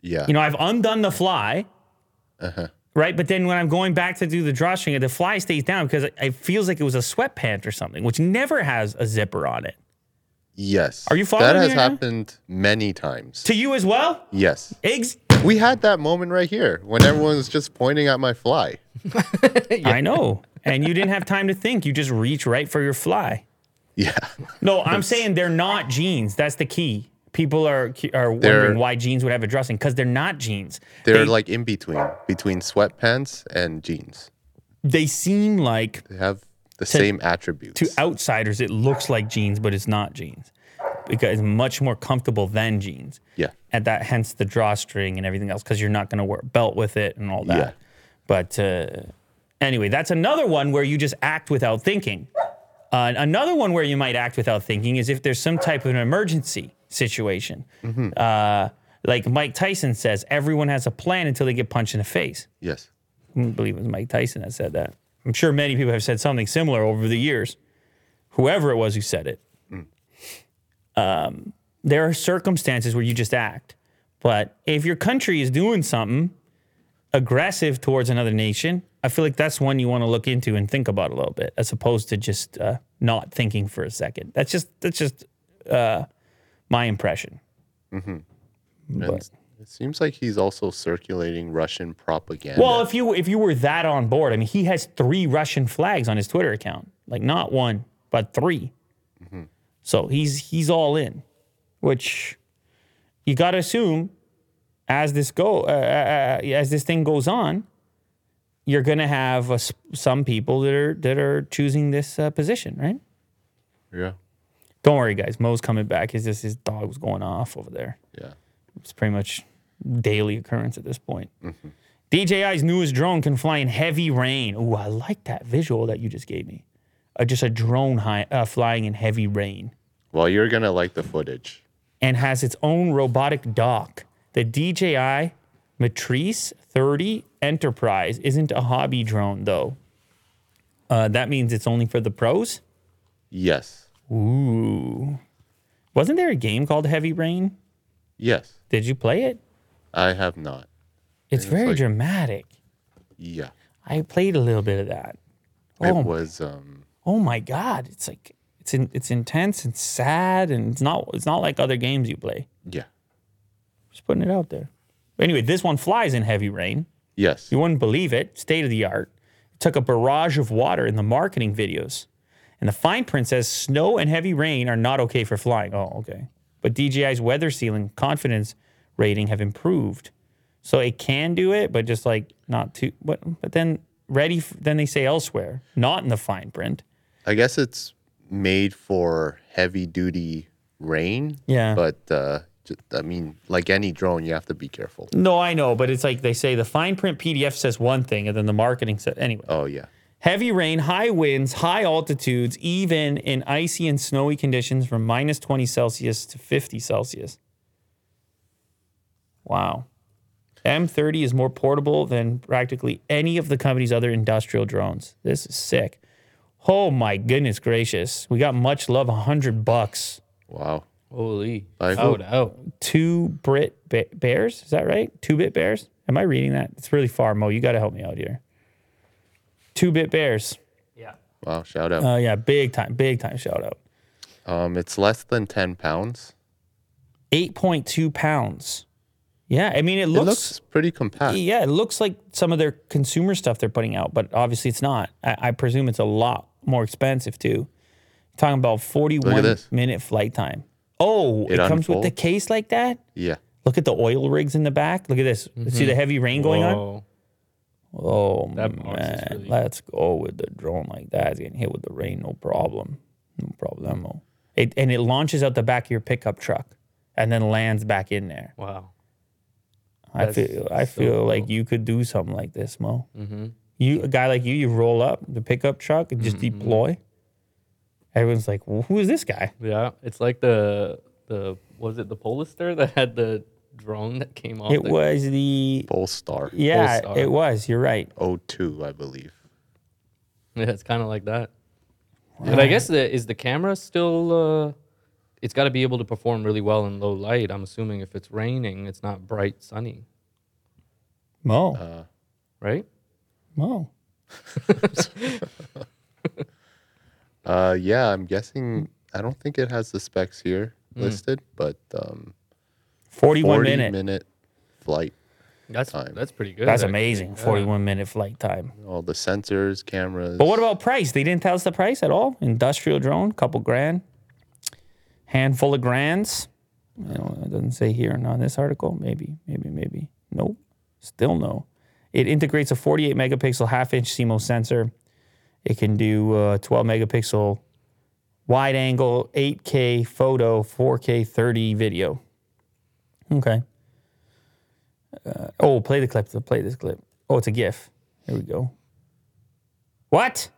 [SPEAKER 2] Yeah.
[SPEAKER 1] You know, I've undone the fly.
[SPEAKER 2] Uh-huh.
[SPEAKER 1] Right, but then when I'm going back to do the drawstring, the fly stays down because it- it feels like it was a sweatpant or something, which never has a zipper on it.
[SPEAKER 2] yes.
[SPEAKER 1] Are you
[SPEAKER 2] That
[SPEAKER 1] following
[SPEAKER 2] has
[SPEAKER 1] me right now?
[SPEAKER 2] happened many times.
[SPEAKER 1] To you as well?
[SPEAKER 2] Yes.
[SPEAKER 1] Eggs.
[SPEAKER 2] We had that moment right here when everyone was just pointing at my fly.
[SPEAKER 1] I know. And you didn't have time to think. You just reach right for your fly.
[SPEAKER 2] Yeah.
[SPEAKER 1] No, I'm saying they're not jeans. That's the key. People are are wondering
[SPEAKER 2] They're-
[SPEAKER 1] why jeans would have a dressing because they're not jeans.
[SPEAKER 2] They're
[SPEAKER 1] they,
[SPEAKER 2] like in between, between sweatpants and jeans.
[SPEAKER 1] they seem like
[SPEAKER 2] They have the same attributes.
[SPEAKER 1] to outsiders it looks like jeans, but it's not jeans because it's much more comfortable than jeans.
[SPEAKER 2] Yeah.
[SPEAKER 1] and that hence the drawstring and everything else because you're not going to wear a belt with it and all that.
[SPEAKER 2] Yeah.
[SPEAKER 1] But uh, anyway, that's another one where you just act without thinking. Uh, another one where you might act without thinking is if there's some type of an emergency situation. Uh, like Mike Tyson says, everyone has a plan until they get punched in the face.
[SPEAKER 2] yes.
[SPEAKER 1] I don't believe it was Mike Tyson that said that. I'm sure many people have said something similar over the years. Whoever it was who said it, um, there are circumstances where you just act. But if your country is doing something aggressive towards another nation, I feel like that's one you want to look into and think about a little bit, as opposed to just uh, not thinking for a second. That's just that's just uh, my impression.
[SPEAKER 2] And
[SPEAKER 1] But-
[SPEAKER 2] It seems like he's also circulating Russian propaganda.
[SPEAKER 1] Well, if you if you were that on board, I mean, he has three Russian flags on his Twitter account, like not one, but 3 So he's he's all in, which you got to assume as this go uh, uh, uh, as this thing goes on, you're gonna have a s some people that are that are choosing this uh, position, right?
[SPEAKER 2] yeah,
[SPEAKER 1] Don't worry, guys. Mo's coming back. It's just his dog was going off over there
[SPEAKER 2] yeah.
[SPEAKER 1] it's pretty much daily occurrence at this point. DJI's newest drone can fly in heavy rain. Ooh, I like that visual that you just gave me. Uh, just a drone hi- uh, flying in heavy rain
[SPEAKER 2] Well, you're gonna like the footage.
[SPEAKER 1] and has its own robotic dock. The DJI Matrice 30 Enterprise isn't a hobby drone, though. Uh, that means it's only for the pros.
[SPEAKER 2] Yes,
[SPEAKER 1] Ooh. Wasn't there a game called Heavy Rain?
[SPEAKER 2] yes.
[SPEAKER 1] Did you play it?
[SPEAKER 2] I have not.
[SPEAKER 1] It's very
[SPEAKER 2] like-
[SPEAKER 1] dramatic.
[SPEAKER 2] Yeah,
[SPEAKER 1] I played a little bit of that.
[SPEAKER 2] it
[SPEAKER 1] Oh,
[SPEAKER 2] was. Um,
[SPEAKER 1] oh my god, it's like it's in, it's intense and sad and it's not it's not like other games you play.
[SPEAKER 2] yeah,
[SPEAKER 1] Just putting it out there. But anyway, this one flies in heavy rain.
[SPEAKER 2] yes.
[SPEAKER 1] You wouldn't believe it. State of the art. It took a barrage of water in the marketing videos. And the fine print says snow and heavy rain are not okay for flying. Oh, okay. But DJI's weather ceiling confidence rating have improved. So it can do it, but just like not too. But, but then ready, f- then they say elsewhere, not in the fine print.
[SPEAKER 2] I guess it's made for heavy duty rain.
[SPEAKER 1] Yeah.
[SPEAKER 2] But uh, ju- I mean, like any drone, you have to be careful.
[SPEAKER 1] No, I know, but it's like they say the fine print PDF says one thing and then the marketing says, anyway.
[SPEAKER 2] Oh yeah,
[SPEAKER 1] Heavy rain, high winds, high altitudes, even in icy and snowy conditions from minus 20 Celsius to 50 Celsius. Wow. M30 is more portable than practically any of the company's other industrial drones. This is sick. Oh my goodness gracious. We got much love, 100 bucks.
[SPEAKER 2] wow.
[SPEAKER 3] Holy.
[SPEAKER 2] Like-
[SPEAKER 3] out, out.
[SPEAKER 1] Oh, Two Brit ba- Bears, is that right? Two Bit Bears? Am I reading that? It's really far, Mo. You got to help me out here. Two Bit Bears.
[SPEAKER 3] Yeah.
[SPEAKER 2] Wow, shout out.
[SPEAKER 1] Oh yeah, big time, big time shout out.
[SPEAKER 2] um, it's less than ten pounds.
[SPEAKER 1] Eight point two pounds. Yeah, I mean it
[SPEAKER 2] It
[SPEAKER 1] looks, e-,
[SPEAKER 2] looks, pretty compact.
[SPEAKER 1] yeah, it looks like some of their consumer stuff they're putting out, but obviously it's not. I, I presume it's a lot more expensive too. Talking about forty one
[SPEAKER 2] this.
[SPEAKER 1] minute flight time. Oh, it,
[SPEAKER 2] It
[SPEAKER 1] comes with the
[SPEAKER 2] unfolds.
[SPEAKER 1] case like that.
[SPEAKER 2] Yeah.
[SPEAKER 1] Look at the oil rigs in the back. Look at this. See the heavy rain going on.
[SPEAKER 3] Whoa.
[SPEAKER 1] Oh
[SPEAKER 3] That box is
[SPEAKER 1] man,
[SPEAKER 3] really-
[SPEAKER 1] let's go with the drone like that. It's getting hit with the rain, no problem, no problemo. It and it launches out the back of your pickup truck, and then lands back in there.
[SPEAKER 3] Wow.
[SPEAKER 1] I
[SPEAKER 3] That's
[SPEAKER 1] feel I
[SPEAKER 3] so Mm-hmm.
[SPEAKER 1] feel like you could do something like this, Mo. You a guy like you, you roll up the pickup truck and just
[SPEAKER 3] Mm-hmm.
[SPEAKER 1] deploy. Everyone's like, well, "Who is this guy?"
[SPEAKER 3] Yeah. It's like the the was it the Polister that had the drone that came off
[SPEAKER 1] It
[SPEAKER 3] the
[SPEAKER 1] was the
[SPEAKER 2] Polestar.
[SPEAKER 1] yeah,
[SPEAKER 3] Polestar.
[SPEAKER 1] it was. You're right.
[SPEAKER 2] O2, I believe.
[SPEAKER 3] Yeah, it's kind of like that. But I guess the, is the camera still? Uh, it's got to be able to perform really well in low light. I'm assuming if it's raining, it's not bright sunny,
[SPEAKER 1] Mo,
[SPEAKER 3] Uh, right?
[SPEAKER 1] Mo.
[SPEAKER 2] Uh, yeah, I'm guessing. I don't think it has the specs here listed, but um,
[SPEAKER 1] Forty-one
[SPEAKER 2] 40
[SPEAKER 1] Hmm. minute.
[SPEAKER 2] flight.
[SPEAKER 3] That's
[SPEAKER 2] Time.
[SPEAKER 3] that's pretty good.
[SPEAKER 1] That's
[SPEAKER 3] actually.
[SPEAKER 1] amazing.
[SPEAKER 3] Yeah.
[SPEAKER 1] Forty-one minute flight time.
[SPEAKER 2] All the sensors, cameras.
[SPEAKER 1] But what about price? They didn't tell us the price at all. Industrial drone, couple grand, handful of grands. You know, it doesn't say here and on this article. Maybe, maybe, maybe. Nope. Still no. It integrates a 48 megapixel half inch CMOS sensor. It can do uh, 12 megapixel wide angle, 8K photo, 4K 30 video. Okay. Uh, oh, play the clip. Play this clip. Oh, it's a GIF. Here we go. What?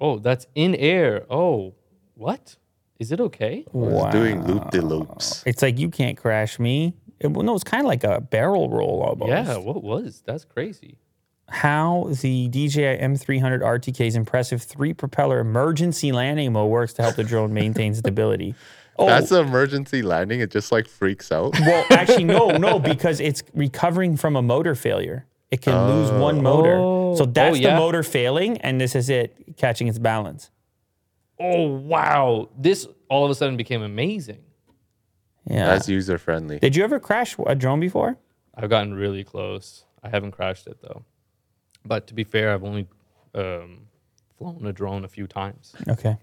[SPEAKER 3] Oh, that's in air. Oh, what? Is it okay?
[SPEAKER 2] It's doing loop de loops.
[SPEAKER 1] It's like you can't crash me. It, well, no, it's kind of like a barrel roll almost.
[SPEAKER 3] Yeah. What was? That's crazy.
[SPEAKER 1] How the DJI M300 RTK's impressive three propeller emergency landing mode works to help the drone maintain stability.
[SPEAKER 2] That's an emergency landing. It just like freaks out.
[SPEAKER 1] Oh, Well, actually, no, no, because it's recovering from a motor failure. It can lose one motor.
[SPEAKER 3] Oh.
[SPEAKER 1] So
[SPEAKER 3] Oh,
[SPEAKER 1] that's
[SPEAKER 3] yeah.
[SPEAKER 1] the motor failing, and this is it catching its balance.
[SPEAKER 3] Oh wow! This all of a sudden became amazing.
[SPEAKER 1] Yeah.
[SPEAKER 2] That's user friendly.
[SPEAKER 1] Did you ever crash a drone before?
[SPEAKER 3] I've gotten really close. I haven't crashed it though. But to be fair, I've only um, flown a drone a few times.
[SPEAKER 1] Okay.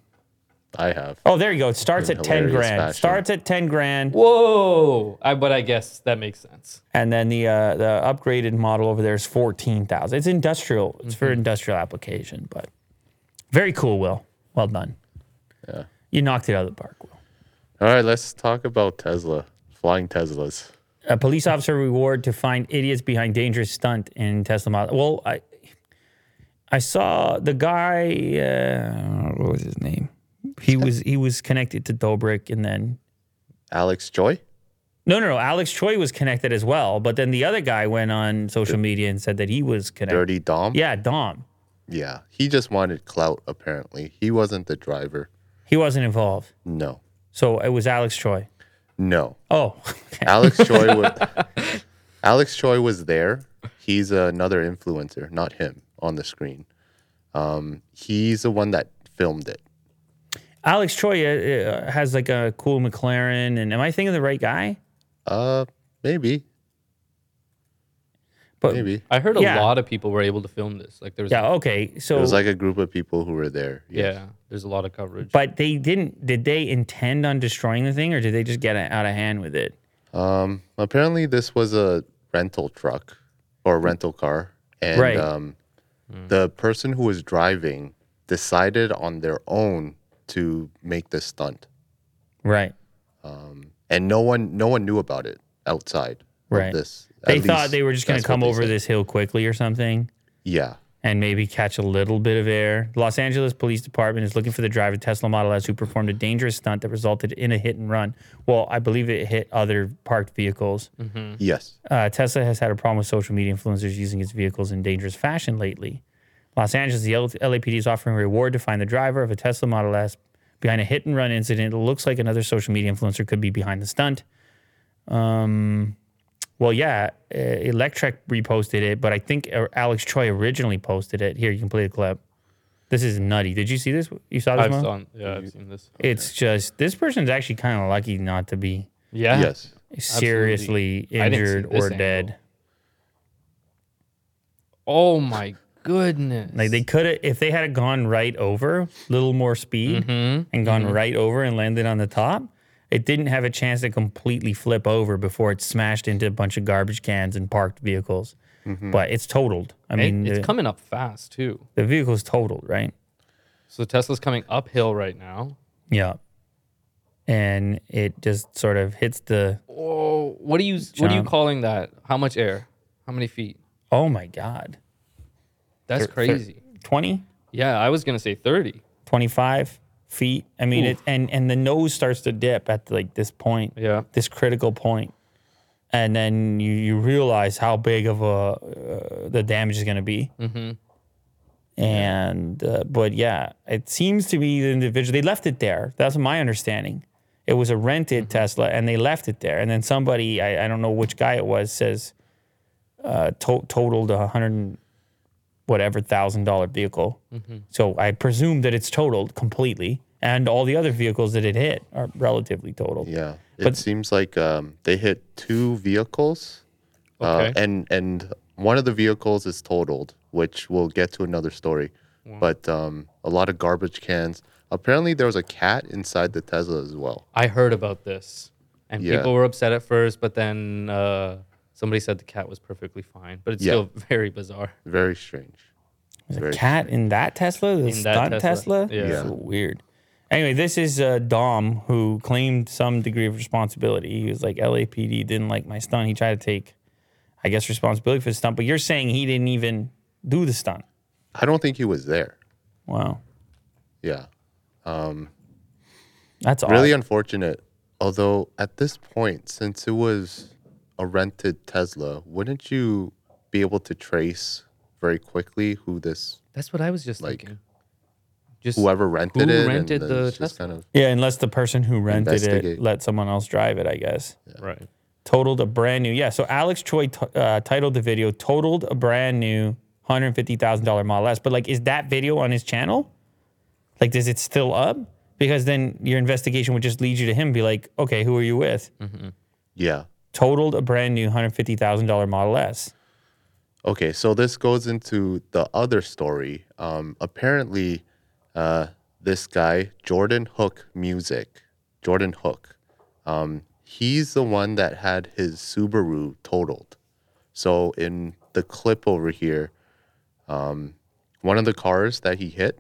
[SPEAKER 2] I have.
[SPEAKER 1] Oh, there you go. It starts
[SPEAKER 2] In
[SPEAKER 1] at 10
[SPEAKER 2] hilarious
[SPEAKER 1] grand.
[SPEAKER 2] fashion.
[SPEAKER 1] Starts at 10 grand.
[SPEAKER 3] Whoa! I, but I guess that makes sense.
[SPEAKER 1] And then the uh, the upgraded model over there is 14,000. It's industrial. It's
[SPEAKER 2] Mm-hmm.
[SPEAKER 1] for industrial application, but very cool, Will. Well done.
[SPEAKER 2] Yeah.
[SPEAKER 1] You knocked it out of the park, Will.
[SPEAKER 2] All right, let's talk about Tesla, flying Teslas.
[SPEAKER 1] a police officer reward to find idiots behind dangerous stunt in Tesla model. Well, I I saw the guy. Uh, what was his name? He was he was connected to Dobrik, and then
[SPEAKER 2] Alex Joy?
[SPEAKER 1] no, no, no. Alex Choi was connected as well, but then the other guy went on social media and said that he was connected.
[SPEAKER 2] Dirty Dom?
[SPEAKER 1] Yeah, Dom.
[SPEAKER 2] Yeah. He just wanted clout, apparently. He wasn't the driver.
[SPEAKER 1] He wasn't involved,
[SPEAKER 2] No.
[SPEAKER 1] so it was Alex Choi.
[SPEAKER 2] No.
[SPEAKER 1] Oh,
[SPEAKER 2] Alex Choi would Alex Choi was there. He's another influencer, not him, on the screen. Um, he's the one that filmed it.
[SPEAKER 1] Alex Choi uh, uh, has like a cool McLaren, and am I thinking of the right guy?
[SPEAKER 2] Uh, maybe,
[SPEAKER 1] But
[SPEAKER 2] maybe.
[SPEAKER 3] I heard a
[SPEAKER 1] Yeah.
[SPEAKER 3] lot of people were able to film this. Like there was,
[SPEAKER 1] yeah, okay. So
[SPEAKER 2] It was like a group of people who were there. Yes.
[SPEAKER 3] yeah, there's a lot of coverage.
[SPEAKER 1] But they didn't. Did they intend on destroying the thing, or did they just get out of hand with it?
[SPEAKER 2] Um, apparently this was a rental truck or rental car, and
[SPEAKER 1] Hmm. Right. Hmm.
[SPEAKER 2] um, the person who was driving decided on their own to make this stunt.
[SPEAKER 1] Right.
[SPEAKER 2] and no one no one knew about it outside
[SPEAKER 1] Right.
[SPEAKER 2] of this.
[SPEAKER 1] They
[SPEAKER 2] At
[SPEAKER 1] thought
[SPEAKER 2] least
[SPEAKER 1] they were just going to
[SPEAKER 2] that's what
[SPEAKER 1] come
[SPEAKER 2] they
[SPEAKER 1] over
[SPEAKER 2] said.
[SPEAKER 1] this hill quickly or something,
[SPEAKER 2] Yeah,
[SPEAKER 1] and maybe catch a little bit of air. Los Angeles Police Department is looking for the driver of Tesla Model S who performed a dangerous stunt that resulted in a hit and run. Well, I believe it hit other parked vehicles.
[SPEAKER 2] yes,
[SPEAKER 1] Uh, Tesla has had a problem with social media influencers using its vehicles in dangerous fashion lately. Los Angeles, the L- LAPD is offering a reward to find the driver of a Tesla Model S behind a hit and run incident. It looks like another social media influencer could be behind the stunt. Um, well, yeah, uh, Electrek reposted it, but I think uh, Alex Choi originally posted it. Here, you can play the clip. This is nutty. Did you see this? You saw this?
[SPEAKER 3] I've
[SPEAKER 1] Mo?
[SPEAKER 3] seen, yeah, I've seen this.
[SPEAKER 1] It's just this person's actually kind of lucky not to be
[SPEAKER 3] Yeah,
[SPEAKER 2] yes.
[SPEAKER 1] seriously
[SPEAKER 3] I didn't see
[SPEAKER 1] injured
[SPEAKER 3] this
[SPEAKER 1] or
[SPEAKER 3] angle.
[SPEAKER 1] dead.
[SPEAKER 3] Oh my goodness!
[SPEAKER 1] Like they could have, if they had gone right over, little more speed, and gone right over and landed on the top, it didn't have a chance to completely flip over before it smashed into a bunch of garbage cans and parked vehicles. But it's totaled. I
[SPEAKER 3] Hey,
[SPEAKER 1] mean,
[SPEAKER 3] it's
[SPEAKER 1] the,
[SPEAKER 3] coming up fast too.
[SPEAKER 1] the vehicle's totaled, right?
[SPEAKER 3] So Tesla's coming uphill right now.
[SPEAKER 1] Yeah. And it just sort of hits the.
[SPEAKER 3] Oh, what are you? What are you
[SPEAKER 1] Jump.
[SPEAKER 3] calling that? How much air? How many feet?
[SPEAKER 1] Oh my God.
[SPEAKER 3] That's crazy.
[SPEAKER 1] 20,
[SPEAKER 3] Yeah, I was gonna say thirty.
[SPEAKER 1] 25 feet. I mean, it, and and the nose starts to dip at like this point.
[SPEAKER 3] Yeah.
[SPEAKER 1] this critical point and then you, you realize how big of a uh, the damage is going to be mm-hmm. and uh, but yeah it seems to be the individual they left it there that's my understanding it was a rented tesla and they left it there and then somebody i, I don't know which guy it was says uh, to- totaled a hundred and whatever thousand dollar vehicle
[SPEAKER 3] Mm-hmm.
[SPEAKER 1] so i presume that it's totaled completely and all the other vehicles that it hit are relatively totaled
[SPEAKER 2] Yeah, it
[SPEAKER 1] But-
[SPEAKER 2] seems like um, they hit two vehicles,
[SPEAKER 3] Okay.
[SPEAKER 2] uh, and and one of the vehicles is totaled, which we'll get to another story. But um, a lot of garbage cans. Apparently, there was a cat inside the Tesla as well.
[SPEAKER 3] I heard about this, and
[SPEAKER 2] Yeah.
[SPEAKER 3] people were upset at first, but then uh, somebody said the cat was perfectly fine. But it's
[SPEAKER 2] Yeah.
[SPEAKER 3] still very bizarre.
[SPEAKER 2] Very strange.
[SPEAKER 1] There's a
[SPEAKER 2] Very
[SPEAKER 1] cat in that Tesla, the
[SPEAKER 3] In that
[SPEAKER 1] stunt Tesla.
[SPEAKER 3] Tesla, yeah.
[SPEAKER 1] So weird. Anyway, this is uh, Dom who claimed some degree of responsibility. He was like, LAPD didn't like my stunt. He tried to take, I guess, responsibility for the stunt. But you're saying he didn't even do the stunt.
[SPEAKER 2] I don't think he was there.
[SPEAKER 1] Wow,
[SPEAKER 2] Yeah.
[SPEAKER 1] that's odd.
[SPEAKER 3] Uh,
[SPEAKER 2] really unfortunate. Although at this point, since it was a rented Tesla, wouldn't you be able to trace very quickly who this?
[SPEAKER 3] That's what I was just
[SPEAKER 2] Like-
[SPEAKER 3] thinking. Just
[SPEAKER 2] whoever rented
[SPEAKER 3] who
[SPEAKER 2] it.
[SPEAKER 3] rented
[SPEAKER 2] and
[SPEAKER 3] the
[SPEAKER 2] it's just
[SPEAKER 3] Tesla?
[SPEAKER 2] kind of
[SPEAKER 1] Yeah, unless the person who rented it
[SPEAKER 2] Investigate.
[SPEAKER 1] let someone else drive it, I guess.
[SPEAKER 3] right.
[SPEAKER 1] Totaled a brand new, yeah. So Alex Choi t- uh, titled the video, totaled a brand new $150,000 Model S. But like, is that video on his channel? Like, does it still up? Because then your investigation would just lead you to him, be like, okay, who are you with?
[SPEAKER 3] Mm.
[SPEAKER 2] yeah.
[SPEAKER 1] Totaled a brand new $150,000 Model S.
[SPEAKER 2] Okay, so this goes into the other story. Um, apparently, uh, this guy Jordan Hook Music, Jordan Hook, um, he's the one that had his Subaru totaled. So in the clip over here, um, one of the cars that he hit,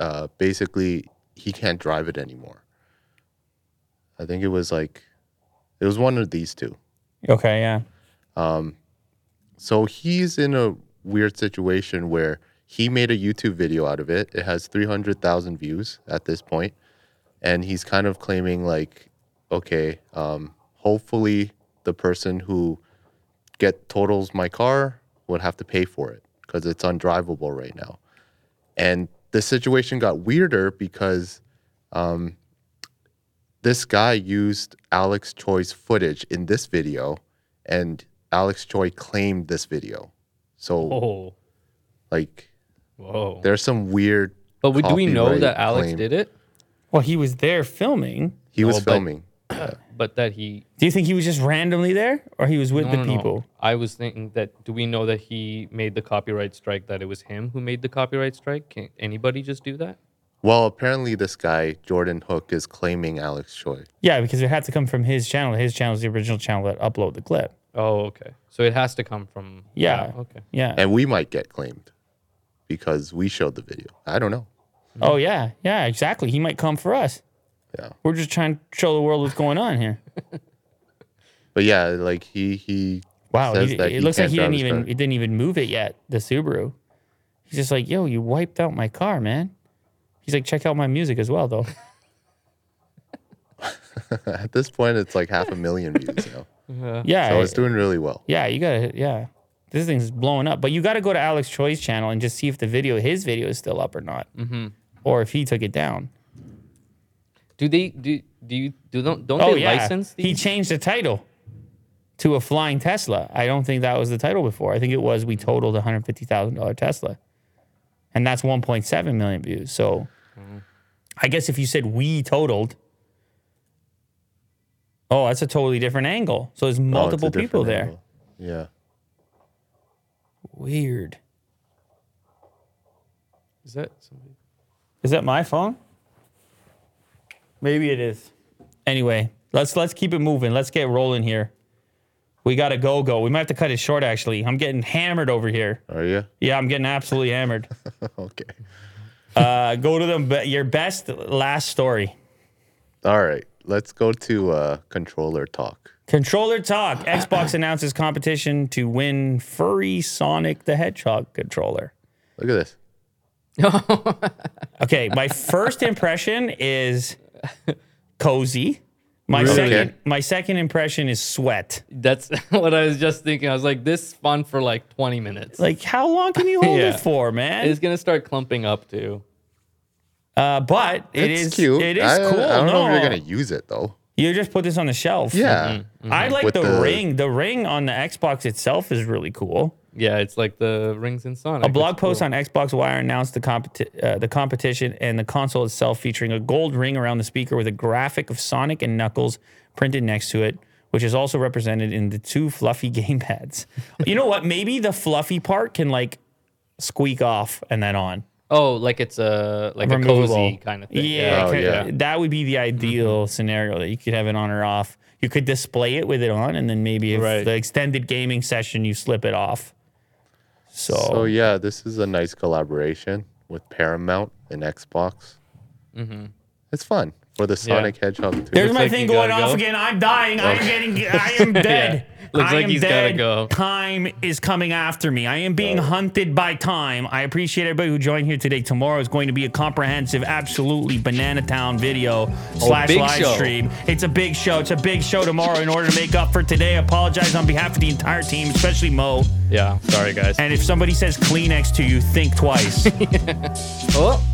[SPEAKER 2] uh, basically he can't drive it anymore. I think it was like, it was one of these two.
[SPEAKER 1] Okay, yeah.
[SPEAKER 2] So he's in a weird situation where he made a YouTube video out of it. It has 300,000 views at this point, And he's kind of claiming, like, okay, um, hopefully the person who get totals my car would have to pay for it because it's undrivable right now. And the situation got weirder because um, this guy used Alex Choi's footage in this video, and Alex Choi claimed this video. So,
[SPEAKER 3] Oh,
[SPEAKER 2] like,
[SPEAKER 3] whoa.
[SPEAKER 2] there's some weird.
[SPEAKER 3] But we, do we know
[SPEAKER 2] copyright
[SPEAKER 3] that Alex
[SPEAKER 2] claim.
[SPEAKER 3] did it?
[SPEAKER 1] Well, he was there filming.
[SPEAKER 2] He was
[SPEAKER 3] Oh, but-
[SPEAKER 2] filming.
[SPEAKER 3] But that he
[SPEAKER 1] Do you think he was just randomly there or he was with
[SPEAKER 3] no,
[SPEAKER 1] the
[SPEAKER 3] no, no.
[SPEAKER 1] people?
[SPEAKER 3] I was thinking that do we know that he made the copyright strike? That it was him who made the copyright strike? Can anybody just do that?
[SPEAKER 2] Well, apparently, this guy Jordan Hook is claiming Alex Choi.
[SPEAKER 1] Yeah, because it had to come from his channel. His channel is the original channel that uploaded the clip.
[SPEAKER 3] Oh, okay. So it has to come from
[SPEAKER 1] Yeah.
[SPEAKER 3] Oh, Okay.
[SPEAKER 1] Yeah.
[SPEAKER 2] and we might get claimed because we showed the video. I don't know.
[SPEAKER 1] Oh yeah, yeah, exactly. He might come for us.
[SPEAKER 2] Yeah.
[SPEAKER 1] We're just trying to show the world what's going on here.
[SPEAKER 2] But yeah, like he he
[SPEAKER 1] Wow,
[SPEAKER 2] says
[SPEAKER 1] he-
[SPEAKER 2] that
[SPEAKER 1] it looks like
[SPEAKER 2] can't
[SPEAKER 1] he
[SPEAKER 2] drive
[SPEAKER 1] didn't
[SPEAKER 2] his
[SPEAKER 1] even
[SPEAKER 2] car.
[SPEAKER 1] it didn't even move it yet. The Subaru. He's just like, yo, you wiped out my car, man. He's like, check out my music as well, though.
[SPEAKER 2] At this point, it's like half a million views now,
[SPEAKER 1] Yeah,
[SPEAKER 2] so it's doing really well.
[SPEAKER 1] yeah, you gotta, yeah. This thing's blowing up, but you gotta go to Alex Choi's channel and just see if the video, his video, is still up or not, mm-hmm. or if he took it down.
[SPEAKER 3] Do they do do you do don't don't
[SPEAKER 1] Oh
[SPEAKER 3] they
[SPEAKER 1] yeah,
[SPEAKER 3] license
[SPEAKER 1] he
[SPEAKER 3] these?
[SPEAKER 1] changed the title to a flying Tesla. I don't think that was the title before. I think it was we totaled a hundred fifty thousand dollar Tesla, and that's one point seven million views. So, I guess if you said we totaled, oh, that's a totally different angle. So there's
[SPEAKER 2] Oh, it's a
[SPEAKER 1] multiple
[SPEAKER 2] different
[SPEAKER 1] people there.
[SPEAKER 2] angle. Yeah.
[SPEAKER 1] Weird.
[SPEAKER 3] Is that somebody?
[SPEAKER 1] Is that my phone? Maybe it is. Anyway, let's let's keep it moving. Let's get rolling here. We got to go go. We might have to cut it short actually. I'm getting hammered over here.
[SPEAKER 2] Are you?
[SPEAKER 1] Yeah, I'm getting absolutely hammered.
[SPEAKER 2] okay.
[SPEAKER 1] Uh, go to the be- your best last story.
[SPEAKER 2] All right. Let's go to uh, controller talk.
[SPEAKER 1] Controller talk. Xbox announces competition to win furry Sonic the Hedgehog controller.
[SPEAKER 2] Look at this.
[SPEAKER 1] Okay, my first impression is cozy. My
[SPEAKER 2] Really?
[SPEAKER 1] second
[SPEAKER 2] Okay.
[SPEAKER 1] my second impression is sweat.
[SPEAKER 3] That's what I was just thinking. I was like, this is fun for like 20 minutes.
[SPEAKER 1] Like, how long can you hold
[SPEAKER 3] Yeah.
[SPEAKER 1] it for, man?
[SPEAKER 3] It's gonna start clumping up too.
[SPEAKER 1] Uh, but it
[SPEAKER 2] it's
[SPEAKER 1] is
[SPEAKER 2] cute.
[SPEAKER 1] It is
[SPEAKER 2] I,
[SPEAKER 1] cool.
[SPEAKER 2] I don't
[SPEAKER 1] no.
[SPEAKER 2] know if you're gonna use it though.
[SPEAKER 1] You just put this on the shelf.
[SPEAKER 2] Yeah. Mm-hmm.
[SPEAKER 1] I like
[SPEAKER 2] With
[SPEAKER 1] the,
[SPEAKER 2] the-
[SPEAKER 1] ring. The ring on the Xbox itself is really cool.
[SPEAKER 3] Yeah, it's like the rings and
[SPEAKER 1] A
[SPEAKER 3] Sonic.
[SPEAKER 1] blog post on Xbox Wire announced the competi- uh, the competition and the console itself, featuring a gold ring around the speaker with a graphic of Sonic and Knuckles printed next to it, which is also represented in the two fluffy gamepads. you know what? Maybe the fluffy part can like squeak off and then on.
[SPEAKER 3] Oh, like it's a like a cozy
[SPEAKER 1] removable.
[SPEAKER 3] kind of thing. Mm-hmm.
[SPEAKER 1] Yeah,
[SPEAKER 2] Oh,
[SPEAKER 1] ca-
[SPEAKER 2] yeah.
[SPEAKER 1] that would be the ideal scenario that you could have it on or off. You could display it with it on, and then maybe if
[SPEAKER 3] Right.
[SPEAKER 1] the extended gaming session, you slip it off. So,
[SPEAKER 3] um,
[SPEAKER 2] So yeah, this is a nice collaboration with Paramount and Xbox.
[SPEAKER 3] Mm-hmm.
[SPEAKER 2] It's fun for the Sonic Hedgehog 2.
[SPEAKER 1] there's
[SPEAKER 3] looks
[SPEAKER 1] my
[SPEAKER 3] like
[SPEAKER 1] thing
[SPEAKER 3] you
[SPEAKER 1] going
[SPEAKER 3] gotta
[SPEAKER 1] off
[SPEAKER 3] go.
[SPEAKER 1] again. I'm dying. I'm getting. I am dead.
[SPEAKER 3] Looks
[SPEAKER 1] I
[SPEAKER 3] like
[SPEAKER 1] am
[SPEAKER 3] he's gotta
[SPEAKER 1] dead.
[SPEAKER 3] go.
[SPEAKER 1] Time is coming after me. I am being hunted by time. I appreciate everybody who joined here today. Tomorrow is going to be a comprehensive, absolutely banana town video slash
[SPEAKER 3] Oh, big
[SPEAKER 1] live
[SPEAKER 3] show.
[SPEAKER 1] stream. It's a big show. It's a big show tomorrow in order to make up for today. I apologize on behalf of the entire team, especially Mo.
[SPEAKER 3] Yeah. Sorry guys.
[SPEAKER 1] And if somebody says Kleenex to you, think twice.
[SPEAKER 3] oh.